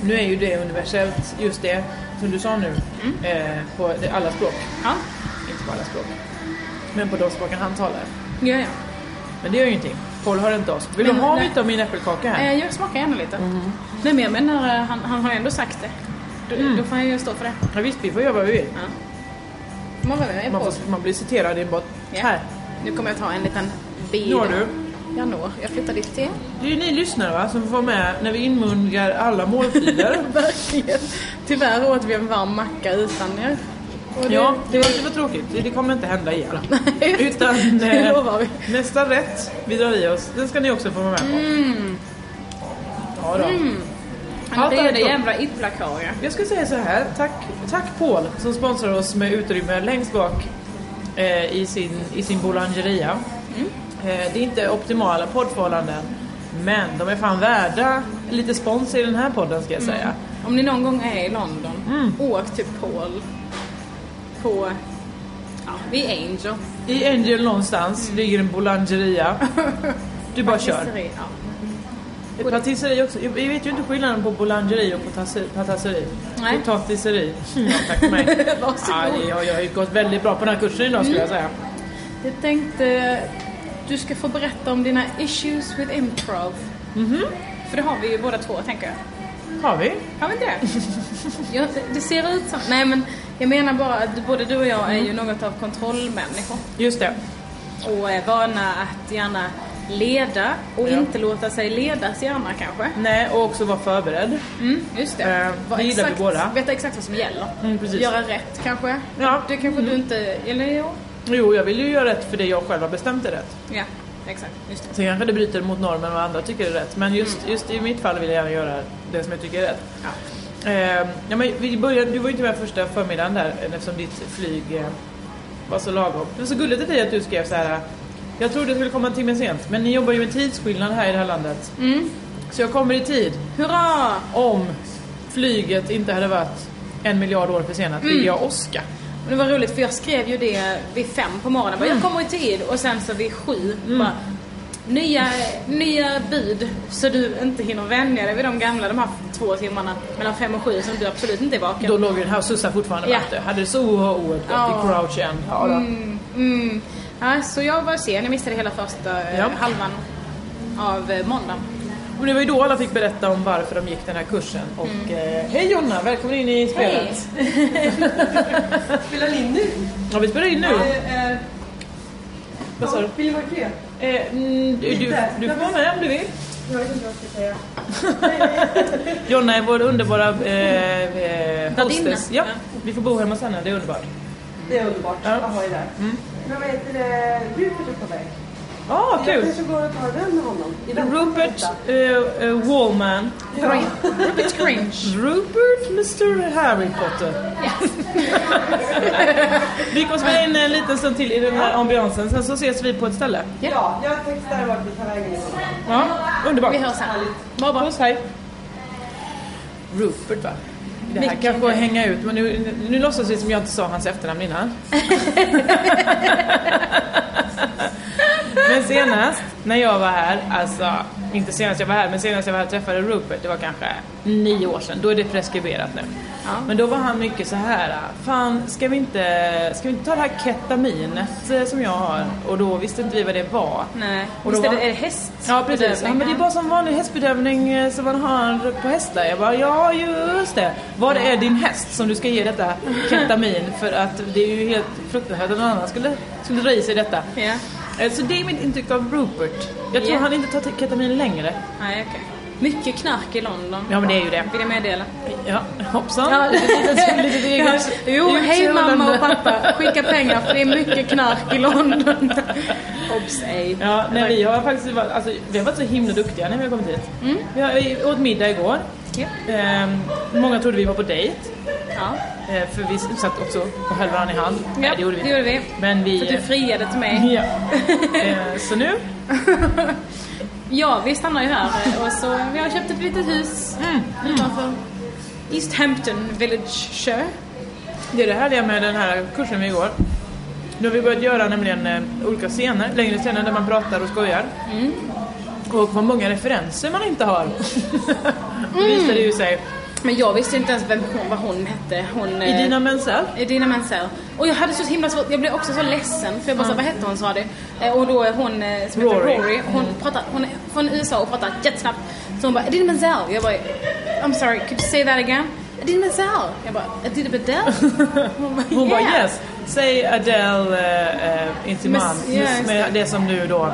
Speaker 3: Nu är ju det universellt, just det som du sa nu, eh, på det- alla språk.
Speaker 4: Ja,
Speaker 3: Inte på alla språk. Men på de språken han talar.
Speaker 4: ja ja.
Speaker 3: Men det gör ju ingenting. Paul hör inte oss. Vill
Speaker 4: Men-
Speaker 3: du ha
Speaker 4: nej.
Speaker 3: lite av min äppelkaka här?
Speaker 4: Eh, jag smakar gärna lite. Nej men jag menar, eh, han, han har ändå sagt det. Då, då får han ju stå för det.
Speaker 3: Ja, visst, vi får göra vad vi vill.
Speaker 4: Man, var med
Speaker 3: Man,
Speaker 4: på.
Speaker 3: får, man blir citerad i en bot.
Speaker 4: Ja.
Speaker 3: Här,
Speaker 4: Nu kommer jag ta en liten bil.
Speaker 3: når du.
Speaker 4: Jag når. Jag flyttar dit till.
Speaker 3: Det är ju ni lyssnare va, som får vara med när vi inmundigar alla måltider.
Speaker 4: Verkligen. Tyvärr åt vi en varm macka utan er. Och det-
Speaker 3: ja, det var, det var tråkigt. Det kommer inte hända igen. Utan eh,
Speaker 4: det lovar vi.
Speaker 3: nästa rätt vi drar i oss, den ska ni också få vara med på. Ja, då.
Speaker 4: Men Mm. det är ju
Speaker 3: tack
Speaker 4: det
Speaker 3: då.
Speaker 4: jävla Ippla-korgen.
Speaker 3: Jag skulle säga så här, tack, tack Paul som sponsrar oss med utrymme längst bak eh, i sin, i sin boulangeria.
Speaker 4: Mm.
Speaker 3: Eh, det är inte optimala poddförhållanden, men de är fan värda lite spons i den här podden ska jag säga.
Speaker 4: Om ni någon gång är i London,
Speaker 3: Mm.
Speaker 4: åk till Paul. På... Ja, vi är Angel.
Speaker 3: I Angel någonstans
Speaker 4: Mm.
Speaker 3: ligger en boulangeria. Du bara kör.
Speaker 4: Pisseri, Ja.
Speaker 3: Ett patisserie också. Jag jag vet ju inte skillnaden på boulangeri och potassi- patasseri.
Speaker 4: Nej.
Speaker 3: Potatisseri. Mm, tack för mig.
Speaker 4: Varsågod. Mm.
Speaker 3: Aj, jag, jag har ju gått väldigt bra på den här kursen idag skulle jag säga.
Speaker 4: Jag tänkte du ska få berätta om dina issues with improv.
Speaker 3: Mhm.
Speaker 4: För det har vi ju båda två, tänker jag.
Speaker 3: Har vi?
Speaker 4: Har vi inte det? ja, det- det ser ut som... Nej men jag menar bara att du- både du
Speaker 3: Mm.
Speaker 4: och jag är ju något av kontrollmänniskor.
Speaker 3: Just det.
Speaker 4: Och är vana att gärna leda och
Speaker 3: Ja.
Speaker 4: inte låta sig ledas gärna kanske.
Speaker 3: Nej, och också vara förberedd.
Speaker 4: Mm, just det.
Speaker 3: Eh,
Speaker 4: Vara
Speaker 3: det gillar vi
Speaker 4: exakt,
Speaker 3: båda.
Speaker 4: Veta exakt vad som gäller.
Speaker 3: Mm, precis. Mm.
Speaker 4: Göra rätt kanske.
Speaker 3: Ja.
Speaker 4: Det kanske du inte... Eller jo.
Speaker 3: Jo, jag vill ju göra rätt för det jag själv har bestämt är rätt.
Speaker 4: Ja, exakt. Just det.
Speaker 3: Sen kanske det bryter mot normen och vad andra tycker är rätt. Men just, just i mitt fall vill jag gärna göra det som jag tycker är rätt.
Speaker 4: Ja.
Speaker 3: Eh, ja, men vi började, du var ju inte med första förmiddagen där eh, eftersom ditt flyg eh, var så lagom. Det var så gulligt av dig att du skrev så här. eh, Jag trodde jag skulle komma en timme sent, men ni jobbar ju med tidsskillnad här i det här landet. Så jag kommer i tid.
Speaker 4: Hurra!
Speaker 3: Om flyget inte hade varit en miljard år försenat, vill jag åska.
Speaker 4: Men det var roligt för jag skrev ju det vid fem på morgonen. Bara,
Speaker 3: Mm.
Speaker 4: Jag kommer i tid och sen så vid sju bara, nya, nya bud så du inte hinner vänja dig vid de gamla de här två timmarna mellan fem och sju som du absolut inte är vaken.
Speaker 3: Då låg ju den här Sussa fortfarande
Speaker 4: Ja.
Speaker 3: borta. Hade det så oerhört gott
Speaker 4: Ja.
Speaker 3: i Crouch End. Ja, då.
Speaker 4: Mm. Ja, så jag var sen, jag missade hela första eh,
Speaker 3: Ja.
Speaker 4: halvan av eh, måndagen.
Speaker 3: Och det var ju då alla fick berätta om varför de gick den här kursen. Och
Speaker 4: Mm.
Speaker 3: eh, hej Jonna, välkommen in i spelet.
Speaker 5: Spelar in nu?
Speaker 3: Ja, vi spelar in nu.
Speaker 5: Eh,
Speaker 3: Vad sa du?
Speaker 5: Vill du vara med?
Speaker 3: Eh, mm, du, du, du får vara med om du vill.
Speaker 5: Jag vet inte vad jag ska säga.
Speaker 3: Jonna är vår underbara eh, eh, hostess.
Speaker 4: Värdinna.
Speaker 3: Ja, vi får bo hemma hos henne, det är underbart.
Speaker 5: Det är underbart
Speaker 3: Ja.
Speaker 5: att ha er där. Men vad heter det? Rupert är på väg.
Speaker 3: Ja, ah,
Speaker 5: Jag
Speaker 3: kul!
Speaker 5: kanske går och tar en vän med honom. I väntan på
Speaker 3: Rupert
Speaker 5: detta.
Speaker 3: eh, eh, Wallman.
Speaker 5: Ja.
Speaker 4: Rupert Cringe.
Speaker 3: Rupert Mr Harry Potter. vi kommer spela in en liten stund till i den här ambiansen, sen så ses vi på ett ställe.
Speaker 5: ja, jag textar vart vi tar vägen. imorgon.
Speaker 3: Ja, underbart.
Speaker 4: Vi hörs sen. Bra, bra.
Speaker 3: Puss, hej. Rupert va? Det här
Speaker 4: Vilken
Speaker 3: kan gå att hänga ut, men nu, nu, nu låtsas vi som jag inte sa hans efternamn innan. men senast när jag var här, alltså inte senast jag var här, men senast jag var här och träffade Rupert, det var kanske nio år sedan, då är det preskriberat nu. Men då var han mycket så här, fan ska vi inte, ska vi inte ta det här ketaminet eh, som jag har? Och då visste inte vi vad det var.
Speaker 4: Nej,
Speaker 3: Och då
Speaker 4: visst är
Speaker 3: var-
Speaker 4: det, är det häst?
Speaker 3: Ja precis, ja, men det är bara som vanlig hästbedövning eh, som man har på hästar. Jag bara, ja just det. Vad är din häst som du ska ge detta ketamin? För att det är ju helt fruktansvärt att någon annan skulle, skulle dra i sig detta.
Speaker 4: Ja.
Speaker 3: Eh, Så det är mitt intryck av Rupert. Jag tror
Speaker 4: Ja.
Speaker 3: han inte tar te- ketamin längre.
Speaker 4: Nej, okej. Mycket knark i London.
Speaker 3: Ja men det är ju det.
Speaker 4: Vill jag meddela.
Speaker 3: Ja, hoppsan.
Speaker 4: Ja.
Speaker 3: Lite- lite- lite
Speaker 4: Ja.
Speaker 3: eget
Speaker 4: Jo, hej
Speaker 3: utseende.
Speaker 4: mamma och pappa. Skicka pengar för det är mycket knark i London. Obs, ej.
Speaker 3: Ja, nej, vi har faktiskt varit, alltså, vi har varit så himla duktiga när vi har kommit hit. Vi har, vi åt middag igår.
Speaker 4: Ja.
Speaker 3: Ehm, många trodde vi var på dejt.
Speaker 4: Ja.
Speaker 3: Eh, För vi satt också och höll varandra i hand. Nej, det gjorde vi
Speaker 4: det
Speaker 3: inte.
Speaker 4: gjorde vi.
Speaker 3: Men vi...
Speaker 4: För du friade till mig.
Speaker 3: ja. Eh, Så nu?
Speaker 4: Ja, vi stannar ju här eh, och så vi har köpt ett litet hus utanför East Hampton Village Shö.
Speaker 3: Det är det härliga med den här kursen vi går. Nu har vi börjat göra nämligen eh, olika scener, längre scener där man pratar och skojar.
Speaker 4: Mm.
Speaker 3: Och vad många referenser man inte har. Mm. Det visade ju sig.
Speaker 4: Men jag visste inte ens vem hon, vad hon hette. Hon, eh,
Speaker 3: Idina Menzel.
Speaker 4: Idina Menzel. Och jag hade så himla svårt, jag blev också så ledsen för jag bara mm. vad hette hon sa det? Eh, Och då är hon eh, som heter
Speaker 3: Rory. Mm.
Speaker 4: Rory, hon, pratar, hon är från USA och pratar jättesnabbt. Så hon bara Idina Menzel. Jag bara I'm sorry, could you say that again? Idina Menzel. Jag bara Idina Menzel.
Speaker 3: Hon bara
Speaker 4: "Yeah."
Speaker 3: yes, säg Adele eh, eh, Intimans
Speaker 4: Miss- ja, just
Speaker 3: med det som du då...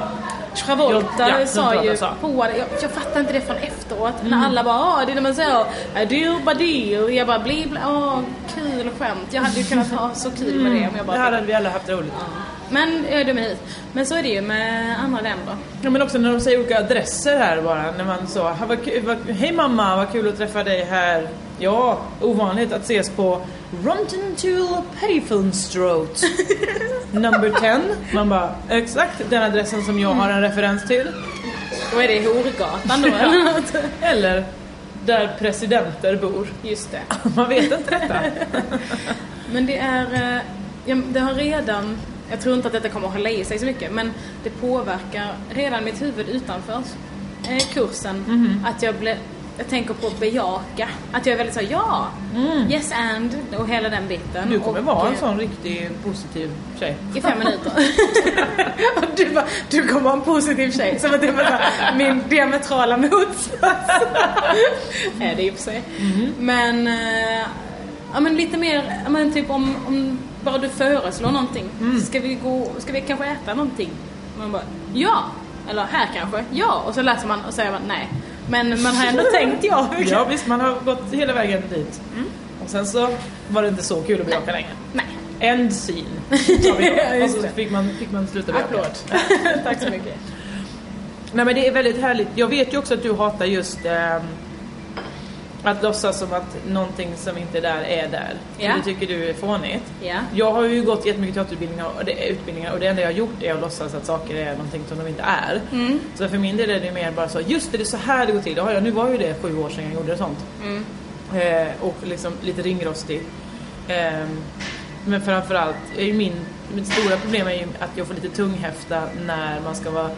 Speaker 4: Travolta
Speaker 3: Ja, ja,
Speaker 4: sa
Speaker 3: Travolta
Speaker 4: ju
Speaker 3: sa.
Speaker 4: på det. Jag, jag fattar inte det från efteråt.
Speaker 3: Mm.
Speaker 4: När alla bara ah, det är när man säger deal by deal. Jag bara bli bla, åh kul skämt. Jag hade ju kunnat ha så kul med det om jag
Speaker 3: Det här
Speaker 4: bara
Speaker 3: Mm. hade vi alla haft roligt.
Speaker 4: Men jag är dum i huvudet. Men så är det ju med andra länder.
Speaker 3: Ja, men också när de säger olika adresser här bara. När man så, "Ha, vad kul, vad, hej mamma, vad kul att träffa dig här. Ja, ovanligt att ses på Romtentull Payphone-Stroat. Number 10. Man bara, exakt den adressen som jag har en referens till.
Speaker 4: Då är det Horgatan då eller något.
Speaker 3: Eller, där presidenter bor.
Speaker 4: Just det.
Speaker 3: Man vet inte detta.
Speaker 4: Men det är... eh, ja, Det har redan... Jag tror inte att detta kommer att hålla i sig så mycket men det påverkar redan mitt huvud utanför eh, kursen.
Speaker 3: Mhm.
Speaker 4: Att jag blir... Jag tänker på att bejaka. Att jag är väldigt så ja, yes and och hela den biten.
Speaker 3: Mm. Du kommer
Speaker 4: Och,
Speaker 3: vara en
Speaker 4: eh,
Speaker 3: sån riktig positiv tjej.
Speaker 4: I fem minuter. och du bara, du kommer vara en positiv tjej. Som att det var så här, min diametrala motsats. Mhm. Nej, det är i och för sig. Men, eh, ja men lite mer, ja, men typ om, om Mm. bara du föreslår någonting. Ska vi gå, ska vi kanske äta någonting? Och man bara, ja! Eller här kanske? Ja. Och så läser man och säger man nej. Men man har ändå tänkt ja.
Speaker 3: Ja visst, man har gått hela vägen dit. Och sen så var det inte så kul att bejaka längre.
Speaker 4: Mm. Nej.
Speaker 3: End scene. tar vi då.
Speaker 4: Ja,
Speaker 3: Och
Speaker 4: just
Speaker 3: så
Speaker 4: det.
Speaker 3: fick man, fick man sluta bejaka.
Speaker 4: Applåd. Tack så mycket.
Speaker 3: Nej men det är väldigt härligt. Jag vet ju också att du hatar just ehm, att låtsas som att någonting som inte är där är där.
Speaker 4: Ja.
Speaker 3: Det tycker du är fånigt.
Speaker 4: Ja.
Speaker 3: Jag har ju gått jättemycket teaterutbildningar och det, utbildningar och det enda jag har gjort är att låtsas att saker är någonting som de inte är. Så för min del är det mer bara så, just det, det är så här det går till. Ja, ja, nu var ju det sju år sedan jag gjorde sånt. Eh, och liksom lite ringrostig. Ehm, men framförallt, är ju min, mitt stora problem är ju att jag får lite tunghäfta när man ska vara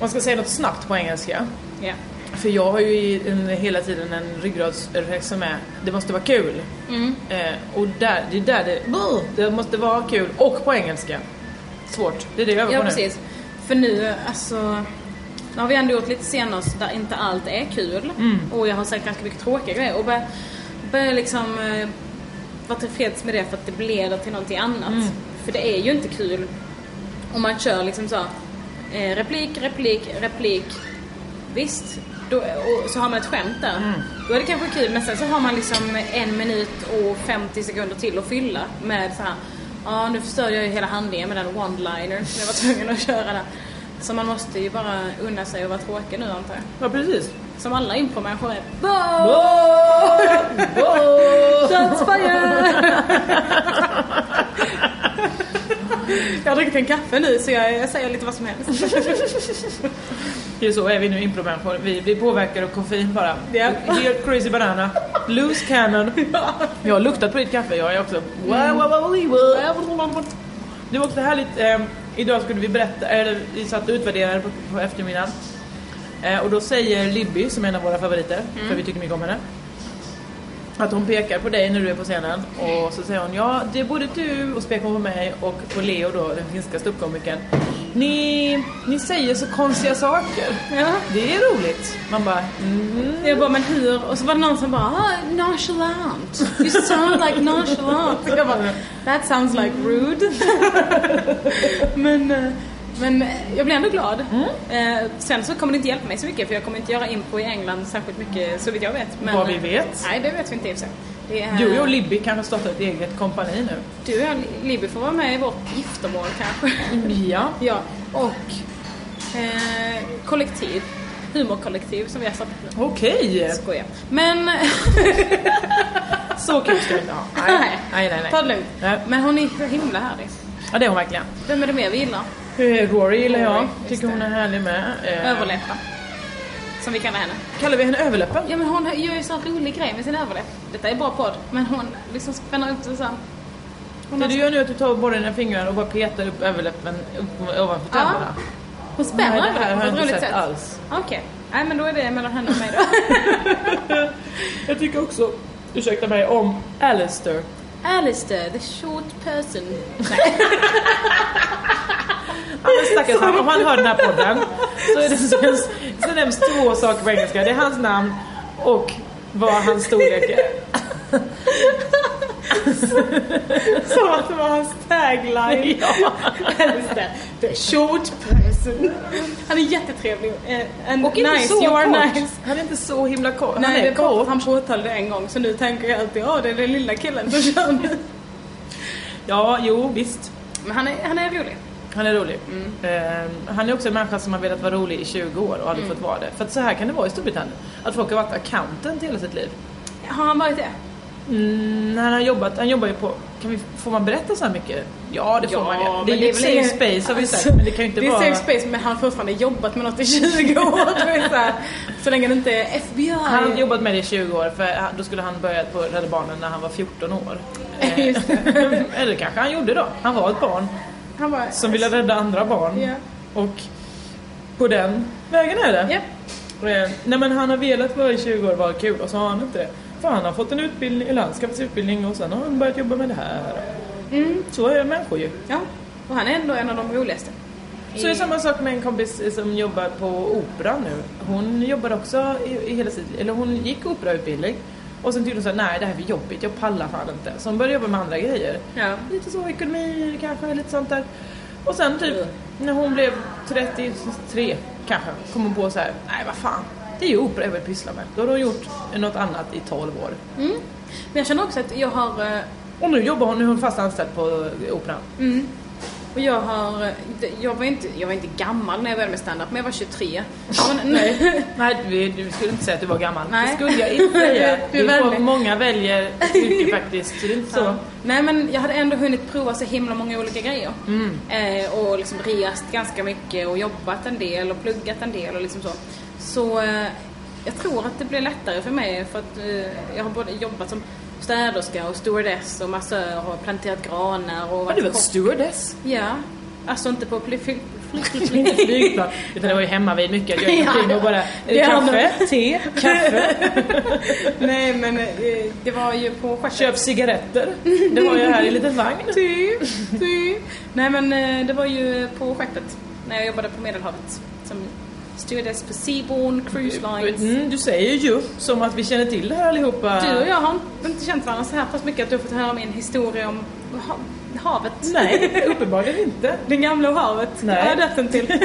Speaker 3: man ska säga något snabbt på engelska.
Speaker 4: Ja.
Speaker 3: För jag har ju i- en, hela tiden en ryggradsreflex som är det måste vara kul.
Speaker 4: Mm.
Speaker 3: Eh, och där, det är där det, Buh! det måste vara kul och på engelska. Svårt, det är det jag övar
Speaker 4: Ja
Speaker 3: på
Speaker 4: precis. För nu, alltså... Nu har vi ändå gjort lite senast där inte allt är kul.
Speaker 3: Mm.
Speaker 4: Och jag har sagt ganska mycket tråkiga grejer. Och börjar börja liksom eh, vara tillfreds med det för att det leder till någonting annat.
Speaker 3: Mm.
Speaker 4: För det är ju inte kul om man kör liksom så eh, replik, replik, replik. Visst, då, och så har man ett skämt där. Då är det kanske kul, men sen så har man liksom en minut och 50 sekunder till att fylla med så här. Ja, nu förstör jag ju hela handlingen med den one-linern som jag var tvungen att köra där. Så man måste ju bara unna sig att vara tråkig nu antar jag.
Speaker 3: nu. Ja precis.
Speaker 4: Som alla impromänniskor är.
Speaker 3: Buh!
Speaker 4: Shots fired! Jag har druckit en kaffe nu så jag, jag säger lite vad som helst.
Speaker 3: Det är så är vi nu impromänniskor. Vi blir påverkade av koffein bara.
Speaker 4: Ja.
Speaker 3: Weird crazy banana. Loose cannon. Jag har luktat på ditt kaffe. Jag är också... Det var också härligt. Eh, idag skulle vi berätta, eller vi satt och utvärderade på, på eftermiddagen. Eh, och då säger Libby, som är en av våra favoriter, för vi tycker mycket om henne. Att hon pekar på dig när du är på scenen och så säger hon ja, det är både du och så pekar hon på mig och på Leo då, den finska ståuppkomikern. Ni, ni säger så konstiga saker.
Speaker 4: Ja.
Speaker 3: Det är roligt. Man bara, mm.
Speaker 4: Jag bara, men hur? Och så var det någon som bara, ah, nonchalant. You sound like nonchalant. Och jag bara, that sounds like rude. men, eh, men jag blev ändå glad.
Speaker 3: Mm.
Speaker 4: Eh, sen så kommer det inte hjälpa mig så mycket för jag kommer inte göra impro i England särskilt mycket så vitt jag vet. Men, eh,
Speaker 3: Vad vi vet.
Speaker 4: Nej, det vet vi inte i och för sig. Det är-
Speaker 3: Du och Libby kanske startar ett eget kompani nu.
Speaker 4: Du och jag, Libby får vara med i vårt giftermål kanske.
Speaker 3: Ja.
Speaker 4: ja, och eh, kollektiv. Humorkollektiv som vi har startat nu.
Speaker 3: Okej.
Speaker 4: Skojar. Men...
Speaker 3: Så kul ska vi inte ha. Nej, nej, nej.
Speaker 4: Ta
Speaker 3: nej.
Speaker 4: det lugnt.
Speaker 3: Nej.
Speaker 4: Men hon är så himla härlig.
Speaker 3: Ja, det är hon verkligen.
Speaker 4: Vem är det mer vi gillar?
Speaker 3: Eh, Rory gillar jag.
Speaker 4: Rory, just
Speaker 3: Tycker hon
Speaker 4: det.
Speaker 3: är härlig med. Eh,
Speaker 4: Överläppa. Som vi kallar henne.
Speaker 3: Kallar vi henne överläppen?
Speaker 4: Ja men hon gör ju sån rolig grej med sin överläpp. Detta är bra podd. Men hon liksom spänner upp sig så. här. Hon,
Speaker 3: Det
Speaker 4: har-
Speaker 3: du gör nu är att du tar båda dina fingrar och bara petar upp överläppen upp, ovanför
Speaker 4: Ja.
Speaker 3: tänderna.
Speaker 4: hon spänner
Speaker 3: Nej, det här har
Speaker 4: överläppen på
Speaker 3: jag
Speaker 4: ett
Speaker 3: inte sett
Speaker 4: roligt sätt.
Speaker 3: alls.
Speaker 4: Okej. Nej men då är det mellan henne och mig då.
Speaker 3: Jag tycker också, ursäkta mig, om Alistair.
Speaker 4: Alistair, the short person.
Speaker 3: Stackars han, om han hör den här podden så, är det, så, så nämns två saker på engelska. Det är hans namn och vad hans storlek är. Som att det var hans tagline. Ja.
Speaker 4: Alistair, the short person. Han är jättetrevlig. Eh, and
Speaker 3: Och inte
Speaker 4: nice,
Speaker 3: så
Speaker 4: you are
Speaker 3: kort.
Speaker 4: nice.
Speaker 3: Han är inte så himla kort.
Speaker 4: Nej, det
Speaker 3: han är
Speaker 4: är
Speaker 3: kort.
Speaker 4: han påtalade det en gång så nu tänker jag alltid ja det är den lilla killen som kör nu.
Speaker 3: Ja, jo visst.
Speaker 4: Men han är, han är rolig.
Speaker 3: Han är rolig. Eh, han är också en människa som har velat vara rolig i 20 år och aldrig fått vara det. För att så här kan det vara i Storbritannien. Att folk har varit accountant hela sitt liv.
Speaker 4: Har han varit det?
Speaker 3: Mm, han har jobbat, han jobbar ju på, kan vi, får man berätta så här mycket? Ja det får man ju. Det är ju ett safe space har vi sagt. Men det kan ju inte
Speaker 4: Alltså, det är
Speaker 3: vara...
Speaker 4: safe space men han har fortfarande jobbat med något i 20 år. Det är så, här, så länge det inte är FBI.
Speaker 3: Han har jobbat med det i 20 år för han- då skulle han börja på Rädda Barnen när han var 14 år. Eh,
Speaker 4: Just
Speaker 3: Eller kanske han gjorde då. Han var ett barn
Speaker 4: han bara,
Speaker 3: som ville rädda andra barn.
Speaker 4: Ja.
Speaker 3: Och på den vägen är det.
Speaker 4: Ja.
Speaker 3: Eh, Nej men han har velat vara i 20 år och vara kul och så har han inte det. För han har fått en utbildning, eller han har skaffat sig utbildning och sen har han börjat jobba med det här. Så är människor ju.
Speaker 4: Mm. ja. Och han är ändå en av de roligaste.
Speaker 3: Så det är samma sak med en kompis som jobbar på opera nu. Hon jobbar också i, i hela sitt eller hon gick operautbildning och sen tyckte hon såhär, nej det här är för jobbigt, jag pallar fan inte. Så hon började jobba med andra grejer.
Speaker 4: Ja.
Speaker 3: Lite så ekonomi kanske, lite sånt där. Och sen typ när hon blev 33 kanske kom hon på så här, nej vad fan, det är ju opera jag vill pyssla med. Då har hon gjort något annat i 12 år.
Speaker 4: Mm. Men jag känner också att jag har eh,
Speaker 3: Och nu jobbar hon, nu är hon fast anställd på Operan.
Speaker 4: Och jag har, det- jag var inte, jag var inte gammal när jag började med standup, men jag var 23. Men, nej.
Speaker 3: Nej, vi- du skulle inte säga att du var gammal.
Speaker 4: Nej.
Speaker 3: Det skulle jag inte säga.
Speaker 4: Du är
Speaker 3: Det är
Speaker 4: vänlig.
Speaker 3: så många väljer ett yrke faktiskt, så det är inte så.
Speaker 4: nej men jag hade ändå hunnit prova så himla många olika grejer.
Speaker 3: Mm.
Speaker 4: Eh, och liksom rest ganska mycket och jobbat en del och pluggat en del och liksom så. Så eh, jag tror att det blir lättare för mig för att eh, jag har både jobbat som städerska och stewardess och massör och planterat granar och
Speaker 3: Har du
Speaker 4: varit
Speaker 3: varit
Speaker 4: kock.
Speaker 3: stewardess?
Speaker 4: Ja. Alltså inte på fly- fly-
Speaker 3: Inte
Speaker 4: flygplan.
Speaker 3: flygplan. Utan det var ju hemma vid mycket. Jag gick omkring och bara, är det
Speaker 4: Det är
Speaker 3: kaffe, te, kaffe,
Speaker 4: Nej men eh, det var ju på stjärten.
Speaker 3: köp cigaretter. Det var jag här i en liten vagn.
Speaker 4: Ty, ty. Nej men eh, det var ju på skeppet när jag jobbade på Medelhavet som stewardess på Seaborn Cruise Lines.
Speaker 3: Mm, du säger ju som att vi känner till det här allihopa.
Speaker 4: Du och jag har inte känt varandra så här pass mycket att du har fått höra min historia om ha- havet.
Speaker 3: Nej, uppenbarligen inte.
Speaker 4: Den gamla och havet.
Speaker 3: Nej.
Speaker 4: Jag har dött en till.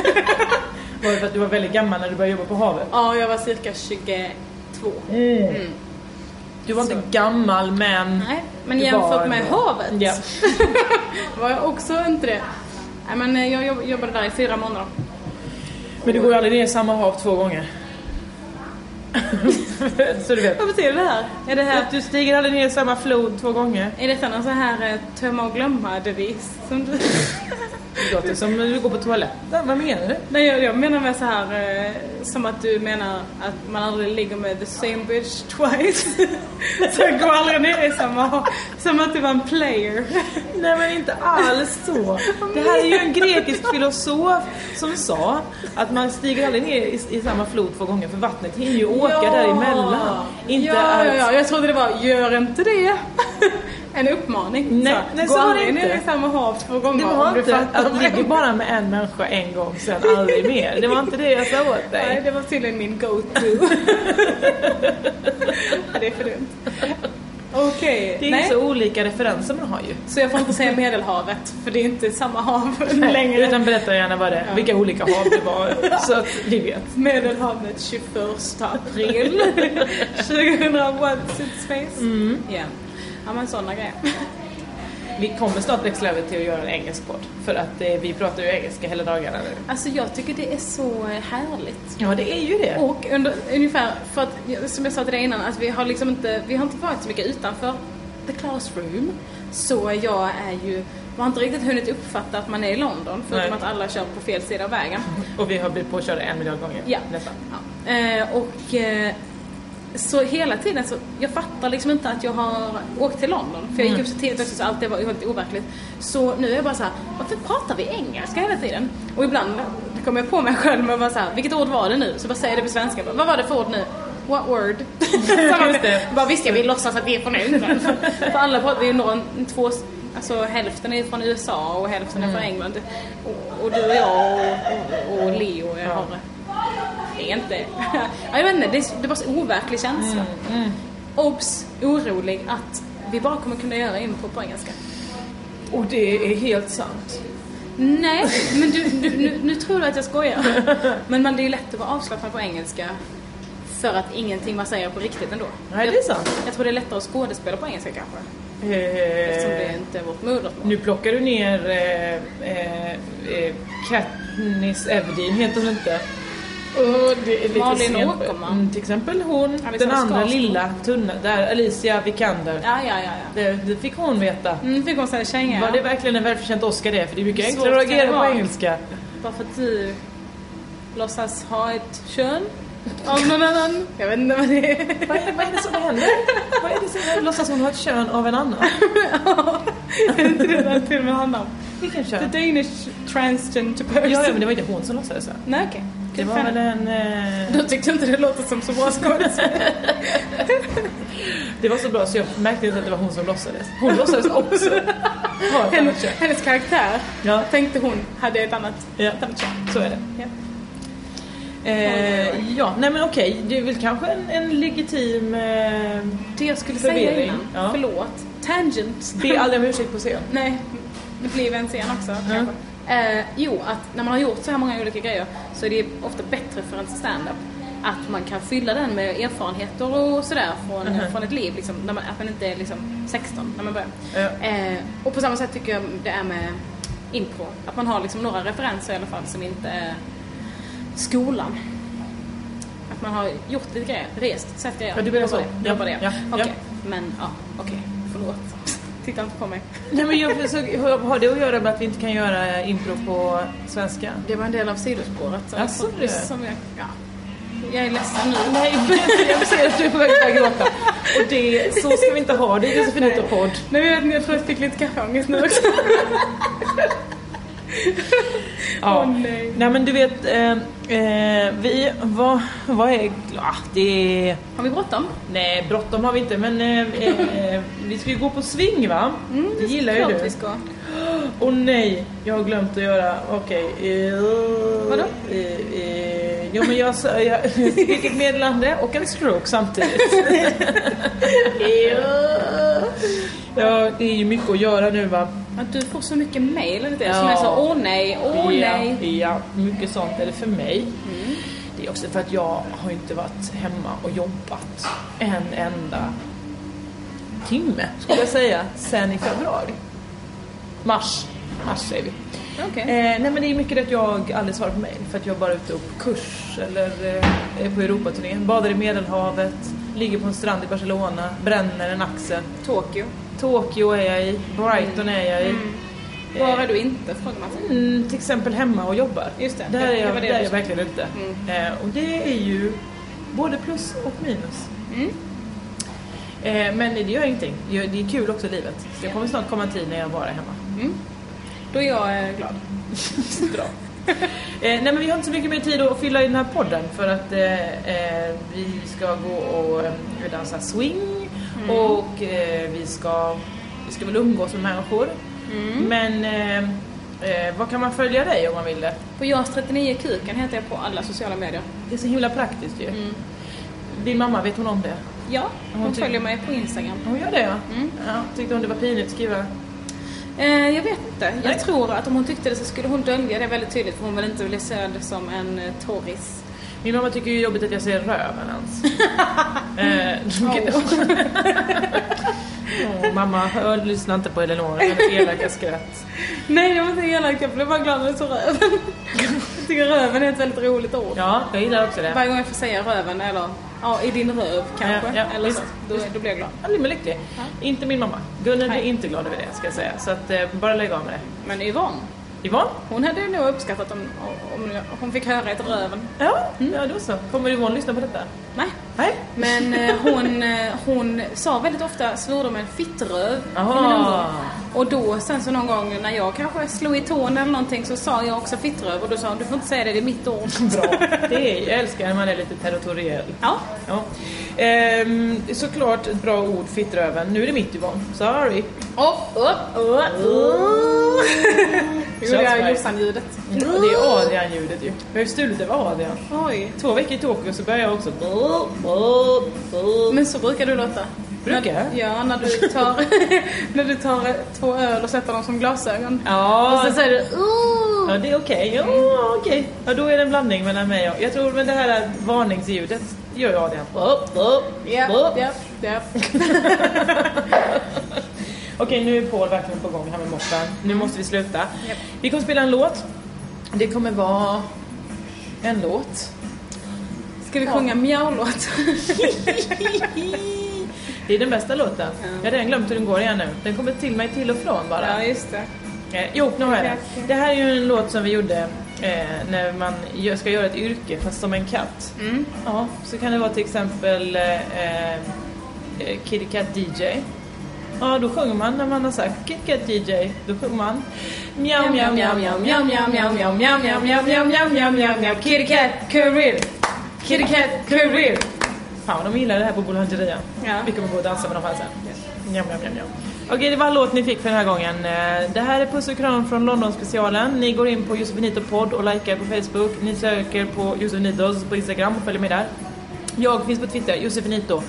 Speaker 3: Var det för att du var väldigt gammal när du började jobba på havet?
Speaker 4: ja, jag var cirka 22.
Speaker 3: Du var inte
Speaker 4: Mm. Så.
Speaker 3: gammal men...
Speaker 4: Nej, men
Speaker 3: Du
Speaker 4: jämfört
Speaker 3: var-
Speaker 4: med havet
Speaker 3: Ja.
Speaker 4: var jag också inte det. Nej men eh, jag jobb- jobbade där i fyra månader.
Speaker 3: Men du går ju aldrig ner i samma hav två gånger. så du vet.
Speaker 4: Vad betyder det här? Är det här
Speaker 3: Att du stiger aldrig ner i samma flod två gånger.
Speaker 4: Är detta någon så här eh, tömma och glömma devis? Som du...
Speaker 3: Det låter som när du går på toaletten. Vad menar du?
Speaker 4: Nej jag, jag menar med så här eh, som att du menar att man aldrig ligger med the same bitch twice. så jag går aldrig ner i samma Som att du var en player.
Speaker 3: Nej men inte alls så. Det här är ju en grekisk filosof som sa att man stiger aldrig ner i, i samma flod två gånger för vattnet hinner ju åka däremellan. Inte
Speaker 4: ja,
Speaker 3: att...
Speaker 4: ja, ja, jag trodde det var gör inte det. en uppmaning.
Speaker 3: Nej,
Speaker 4: så,
Speaker 3: nej,
Speaker 4: gå
Speaker 3: så var det
Speaker 4: aldrig ner
Speaker 3: inte.
Speaker 4: i samma hav två
Speaker 3: Det
Speaker 4: gånger om
Speaker 3: var
Speaker 4: du
Speaker 3: inte
Speaker 4: fattar.
Speaker 3: att ligga bara med en människa en gång sen aldrig mer. Det var inte det jag sa åt dig.
Speaker 4: Nej, det var tydligen min go-to. Ja, det är för dumt. Okej,
Speaker 3: Det är
Speaker 4: nej.
Speaker 3: ju så olika referenser man har ju.
Speaker 4: Så jag får inte säga Medelhavet, för det är inte samma hav
Speaker 3: Längre.
Speaker 4: längre.
Speaker 3: Utan berätta gärna vad det är, vilka olika hav det var. så att vi vet.
Speaker 4: Medelhavet 21 april 2001 It's Space. Mm. Ja men sådana grejer.
Speaker 3: Vi kommer snart växla över till att göra en engelsk podd. För att eh, vi pratar ju engelska hela dagarna nu.
Speaker 4: Alltså jag tycker det är så härligt.
Speaker 3: Ja det är ju det.
Speaker 4: Och under, ungefär, för att, som jag sa till dig innan, att vi har liksom inte, vi har inte varit så mycket utanför the classroom. Så jag är ju, jag har inte riktigt hunnit uppfatta att man är i London, förutom
Speaker 3: Nej.
Speaker 4: att alla kör på fel sida av vägen.
Speaker 3: Och vi har blivit påkörda en miljard gånger.
Speaker 4: Ja.
Speaker 3: Nästan.
Speaker 4: Ja. Eh, och eh, så hela tiden så, jag fattar liksom inte att jag har åkt till London. För jag
Speaker 3: Mm.
Speaker 4: gick upp så tidigt också så allt det var ju helt overkligt. Så nu är jag bara så här, varför pratar vi engelska hela tiden? Och ibland kommer jag på mig själv med bara så här, vilket ord var det nu? Så bara säger jag det på svenska. Bara, Vad var det för ord nu? What word?
Speaker 3: Just det.
Speaker 4: bara visst jag vill låtsas att vi är från England. för alla pratar, vi är någon, två, alltså hälften är från USA och hälften är från
Speaker 3: Mm.
Speaker 4: England. Och, och du och jag och, och, och Leo jag har det är inte... Ja, jag vet inte, det är, så- det är bara så overklig känsla.
Speaker 3: Mm,
Speaker 4: Obs! Orolig att vi bara kommer kunna göra impro på engelska.
Speaker 3: Och det är helt sant.
Speaker 4: Nej, men du, du, nu, nu tror du att jag skojar. Men man, det är ju lätt att vara avslappnad på engelska för att ingenting man säger är på riktigt ändå.
Speaker 3: Nej det är sant.
Speaker 4: Jag tror det är lättare att skådespela på engelska kanske, eftersom det
Speaker 3: Eh,
Speaker 4: inte är vårt modersmål.
Speaker 3: nu plockar du ner eh, eh, eh, Katniss Everdeen heter hon inte. Och det är lite
Speaker 4: Malin
Speaker 3: sent.
Speaker 4: Åkerman.
Speaker 3: Mm, till exempel hon,
Speaker 4: Alexander
Speaker 3: den andra
Speaker 4: Skarsgård.
Speaker 3: lilla tunna, där Alicia Vikander.
Speaker 4: Ja, ja, ja. ja.
Speaker 3: Det, det fick hon veta.
Speaker 4: Mm, fick hon säga känga.
Speaker 3: Var det verkligen en välförtjänt Oscar det? För det är mycket
Speaker 4: Så
Speaker 3: enklare att
Speaker 4: kan det
Speaker 3: agera på
Speaker 4: vara.
Speaker 3: engelska.
Speaker 4: Bara för att du låtsas ha ett kön av någon annan. Jag vet inte vad det är.
Speaker 3: Vad är, vad är det som händer? Vad är det som händer? Låtsas hon ha ett kön av en annan?
Speaker 4: Är inte det där till och med handlar om?
Speaker 3: Vilken
Speaker 4: The
Speaker 3: kön?
Speaker 4: Danish transgender person.
Speaker 3: Ja, ja, men det var inte hon som låtsades så.
Speaker 4: Nej, okej.
Speaker 3: Det var väl en... Eh,
Speaker 4: Du tyckte inte det låter som så bra skådespel?
Speaker 3: det var så bra så jag märkte inte att det var hon som låtsades. Hon låtsades också ha ett annat
Speaker 4: hennes,
Speaker 3: kön.
Speaker 4: hennes karaktär,
Speaker 3: Ja,
Speaker 4: tänkte hon, hade ett annat.
Speaker 3: ja, så är det. Eh,
Speaker 4: Ja.
Speaker 3: eh,
Speaker 4: Eh, jo, att när man har gjort så här många olika grejer så är det ofta bättre för en stand-up att man kan fylla den med erfarenheter och sådär från,
Speaker 3: Mhm.
Speaker 4: från ett liv. Liksom, när man, att man inte är liksom 16 när man börjar.
Speaker 3: Ja.
Speaker 4: Eh, och på samma sätt tycker jag det är med impro. Att man har liksom några referenser i alla fall som inte är skolan. Att man har gjort lite grejer, rest, sett grejer.
Speaker 3: Ja, du menar
Speaker 4: Jobbar
Speaker 3: så.
Speaker 4: det,
Speaker 3: Ja,
Speaker 4: jobbar det.
Speaker 3: ja, ja.
Speaker 4: Okej, men ja, okej, förlåt. Titta inte på mig.
Speaker 3: Nej, men jag försöker, har- har det att göra med att vi inte kan göra impro på svenska?
Speaker 4: Det var en del av sidospåret. så-
Speaker 3: Jaså, du?
Speaker 4: som jag, ja. jag är ledsen nu.
Speaker 3: Nej, jag ser att du är på väg att börja gråta. Och det, så ska vi inte ha det i Josefinito podd.
Speaker 4: Nej, men jag, vet, jag tror jag fick lite kaffeångest nu också.
Speaker 3: Ja.
Speaker 4: Åh, nej.
Speaker 3: men du vet, eh, eh, vi, vad, vad är, ah, det är,
Speaker 4: Har vi bråttom?
Speaker 3: nej bråttom har vi inte men eh, eh, vi ska ju gå på sving va? det gillar ju
Speaker 4: Mm, Klart
Speaker 3: du.
Speaker 4: vi ska.
Speaker 3: Åh nej, jag har glömt att göra, okej. Eh,
Speaker 4: Vadå?
Speaker 3: Eh, eh, jo men jag sa, jag, fick ett meddelande och en stroke samtidigt. ja, det är ju mycket att göra nu va?
Speaker 4: Att du får så mycket mejl eller det
Speaker 3: Ja.
Speaker 4: som är så åh nej, åh
Speaker 3: ja,
Speaker 4: nej.
Speaker 3: ja, mycket sånt är det för mig. Det är också för att jag har ju inte varit hemma och jobbat en enda timme, skulle jag säga, sen i februari. Mars. Mars säger vi.
Speaker 4: Okej.
Speaker 3: Eh, nej men det är mycket det att jag aldrig svarar på mejl för att jag bara är ute och på kurs eller eh, är på Europaturné. Badar i Medelhavet, ligger på en strand i Barcelona, bränner en axel.
Speaker 4: Tokyo.
Speaker 3: Tokyo är jag i, Brighton är jag i.
Speaker 4: Mm.
Speaker 3: Eh.
Speaker 4: Var är du inte? Frågar man sig.
Speaker 3: Mm, till exempel hemma och jobbar.
Speaker 4: Just det.
Speaker 3: Där är
Speaker 4: Det- det
Speaker 3: jag,
Speaker 4: var
Speaker 3: där
Speaker 4: det
Speaker 3: är
Speaker 4: du
Speaker 3: jag
Speaker 4: sa. Mm.
Speaker 3: verkligen inte. Eh, och det är ju både plus och minus.
Speaker 4: Mm.
Speaker 3: Eh, men det gör ingenting. Det gör- Det är kul också i livet. Så det kommer snart komma en tid när jag bara är hemma.
Speaker 4: Då är jag eh, glad.
Speaker 3: Bra. Eh, nej men vi har inte så mycket mer tid att fylla i den här podden för att eh, eh, vi ska gå och eh, dansa swing och eh, vi ska, vi ska väl umgås med människor. Men eh, eh, vad kan man följa dig om man vill det?
Speaker 4: På JAS 39 Kuken heter jag på alla sociala medier.
Speaker 3: Det är så himla praktiskt ju. Din mamma, vet hon om det?
Speaker 4: Ja, hon
Speaker 3: Hon ty-
Speaker 4: följer mig på Instagram.
Speaker 3: Hon gör det ja. ja tyckte hon det var pinigt att skriva?
Speaker 4: Eh, jag vet inte. Jag
Speaker 3: Nej.
Speaker 4: tror att om hon tyckte det så skulle hon dölja det väldigt tydligt för hon vill inte bli sedd som en eh, torris.
Speaker 3: Min mamma tycker ju det är jobbigt att jag ser röven ens. eh, Åh, mamma, hör, lyssna inte på Eleonora, hennes elaka skratt.
Speaker 4: Nej, jag var inte elak. Jag blev bara glad när du sa röven. jag tycker röven är ett väldigt roligt ord.
Speaker 3: Ja, jag gillar också det.
Speaker 4: Varje gång jag får säga röven eller ja, i din röv kanske.
Speaker 3: Ja, ja,
Speaker 4: eller
Speaker 3: visst.
Speaker 4: så, då, då blir jag glad.
Speaker 3: Jag blir mig lycklig. Inte min mamma. Gunnel blir
Speaker 4: Nej.
Speaker 3: inte glad över det ska jag säga. Så att, eh, bara lägg av med det.
Speaker 4: Men Yvonne,
Speaker 3: Yvonne?
Speaker 4: hon hade nog uppskattat om, om hon fick höra ett röven.
Speaker 3: Ja, Mm. ja då så. Kommer Yvonne lyssna på detta?
Speaker 4: Nej.
Speaker 3: Nej?
Speaker 4: Men eh, hon, eh, hon sa väldigt ofta svordom en fittröv i
Speaker 3: Aha.
Speaker 4: mina umgång. Och då sen så någon gång när jag kanske slog i tån eller någonting så sa jag också fittröv och då sa hon du får inte säga det, det är mitt ord.
Speaker 3: Bra. Det är, jag älskar när man är lite territoriell.
Speaker 4: Ja,
Speaker 3: Ja. Ehm, såklart ett bra ord, fittröven. Nu är det mitt Yvonne. Sorry.
Speaker 4: upp, upp, upp. upp. Gjorde jag
Speaker 3: Könsberg.
Speaker 4: Jossan-ljudet.
Speaker 3: Det är Adrian-ljudet ju. Vi har ju stulit det av Adrian.
Speaker 4: Oj.
Speaker 3: Två veckor i Tokyo så börjar jag också...
Speaker 4: Men så brukar du låta.
Speaker 3: Brukar jag?
Speaker 4: När, ja, när du tar, när du tar eh, två öl och sätter dem som glasögon.
Speaker 3: Ja,
Speaker 4: Och sen säger du "Ooh."
Speaker 3: ja, det är okej. Ja, okej. Ja, då är det en blandning mellan mig och... Jag tror men det här varningsljudet gör ju Adrian.
Speaker 4: Japp, japp, japp.
Speaker 3: Okej, nu är Paul verkligen på gång här med moppen. Nu måste vi sluta. Vi kommer spela en låt. Det kommer vara en låt.
Speaker 4: Ska vi sjunga mjau-låt?
Speaker 3: Det är den bästa låten. Jag har redan glömt hur den går igen nu. Den kommer till mig till och från bara.
Speaker 4: Ja, just det.
Speaker 3: Eh, jo, nu har jag det. Det här är ju en låt som vi gjorde eh, när man gö- ska göra ett yrke fast som en katt. Ja, så kan det vara till exempel eh, eh, Kitty Cat DJ. Ja, då sjunger man när man har sagt Kitty Cat DJ. Då sjunger man Mjau, mjau, mjau, mjau, mjau, mjau, mjau, mjau, mjau, mjau, mjau, mjau, mjau, mjau, mjau, mjau, Kitty Cat Career. Kitty Cat Career. Fan, de gillar det här på Boulangerian.
Speaker 4: Ja.
Speaker 3: Vi kommer gå och dansa med dem alltså. här sen. Mjau, mjau, mjau, mjau. Okej, det var en låt ni fick för den här gången. Eh, Det här är Puss och kram från London-specialen. Ni går in på Josefinito podd och likar på Facebook. Ni söker på Josefinitos på Instagram och följer med där. Jag finns på Twitter, Josefinito.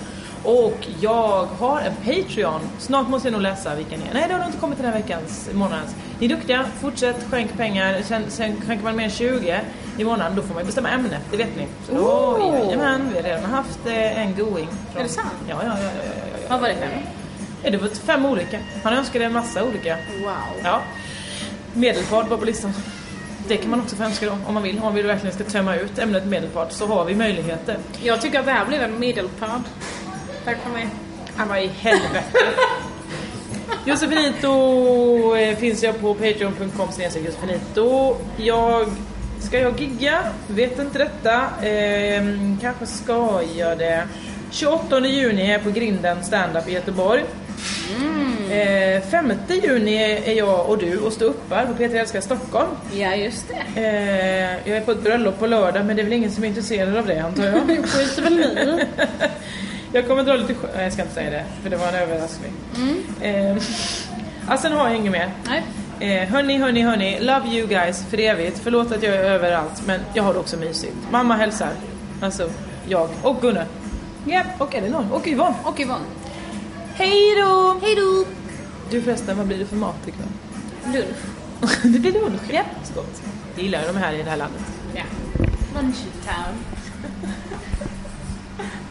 Speaker 3: Och jag har en Patreon. Snart måste jag nog läsa vilken det är. Nej, det har nog inte kommit till den här veckans, månadens. Ni är duktiga, fortsätt skänk pengar. Sen, sen skänker man mer än 20 i månaden, då får man ju bestämma ämne. Det vet ni. Så då,
Speaker 4: Oh!
Speaker 3: jajamän, vi har redan haft eh, en going. från-
Speaker 4: Är det sant?
Speaker 3: Ja, ja, ja. ja, ja, ja, ja.
Speaker 4: Vad var det för en?
Speaker 3: Ja, det var fem olika. Han önskade en massa olika.
Speaker 4: Wow.
Speaker 3: Ja. Medelpad var på listan. Det kan man också få önska då, om man vill. Om vi verkligen ska tömma ut ämnet medelpad så har vi möjligheter.
Speaker 4: Jag tycker att det här blev en medelpad. Tack för mig.
Speaker 3: Han var i helvete. Josefinito eh, finns jag på patreon.com snedstreck Josefinito. Jag, ska jag gigga? Vet inte detta. Ehm, kanske ska jag det. 28 juni är jag på Grinden standup i Göteborg. Eh, 5 juni är jag och du och står uppar på Peter Älskar Stockholm.
Speaker 4: Ja, just det.
Speaker 3: Eh, jag är på ett bröllop på lördag men det är väl ingen som är intresserad av det antar jag. skiter väl ni Jag kommer dra lite sj- Nej jag ska inte säga det för det var en överraskning.
Speaker 4: Mm.
Speaker 3: Eh, ja, sen har jag inget mer.
Speaker 4: Nej.
Speaker 3: Eh, hörni, hörni, hörni. Love you guys för evigt. Förlåt att jag är överallt men jag har det också mysigt. Mamma hälsar. Alltså jag och Gunnar. Japp, och Elinor och Yvonne.
Speaker 4: Och Yvonne.
Speaker 3: Hej då!
Speaker 4: Hej då!
Speaker 3: Du förresten, vad blir det för mat ikväll?
Speaker 4: Lunch.
Speaker 3: det blir lunch. Japp. Så gott. Det gillar jag, de här i det här landet.
Speaker 4: Ja. Lunchtown.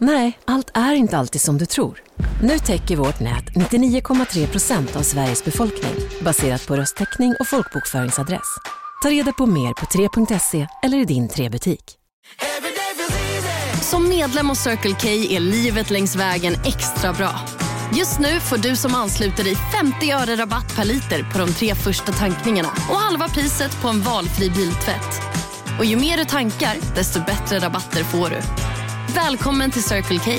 Speaker 6: Nej, allt är inte alltid som du tror. Nu täcker vårt nät 99,3 procent av Sveriges befolkning baserat på röstteckning och folkbokföringsadress. Ta reda på mer på 3.se eller i din 3-butik.
Speaker 7: Som medlem hos Circle K är livet längs vägen extra bra. Just nu får du som ansluter dig 50 öre rabatt per liter på de tre första tankningarna och halva priset på en valfri biltvätt. Och ju mer du tankar, desto bättre rabatter får du. Välkommen till Circle K.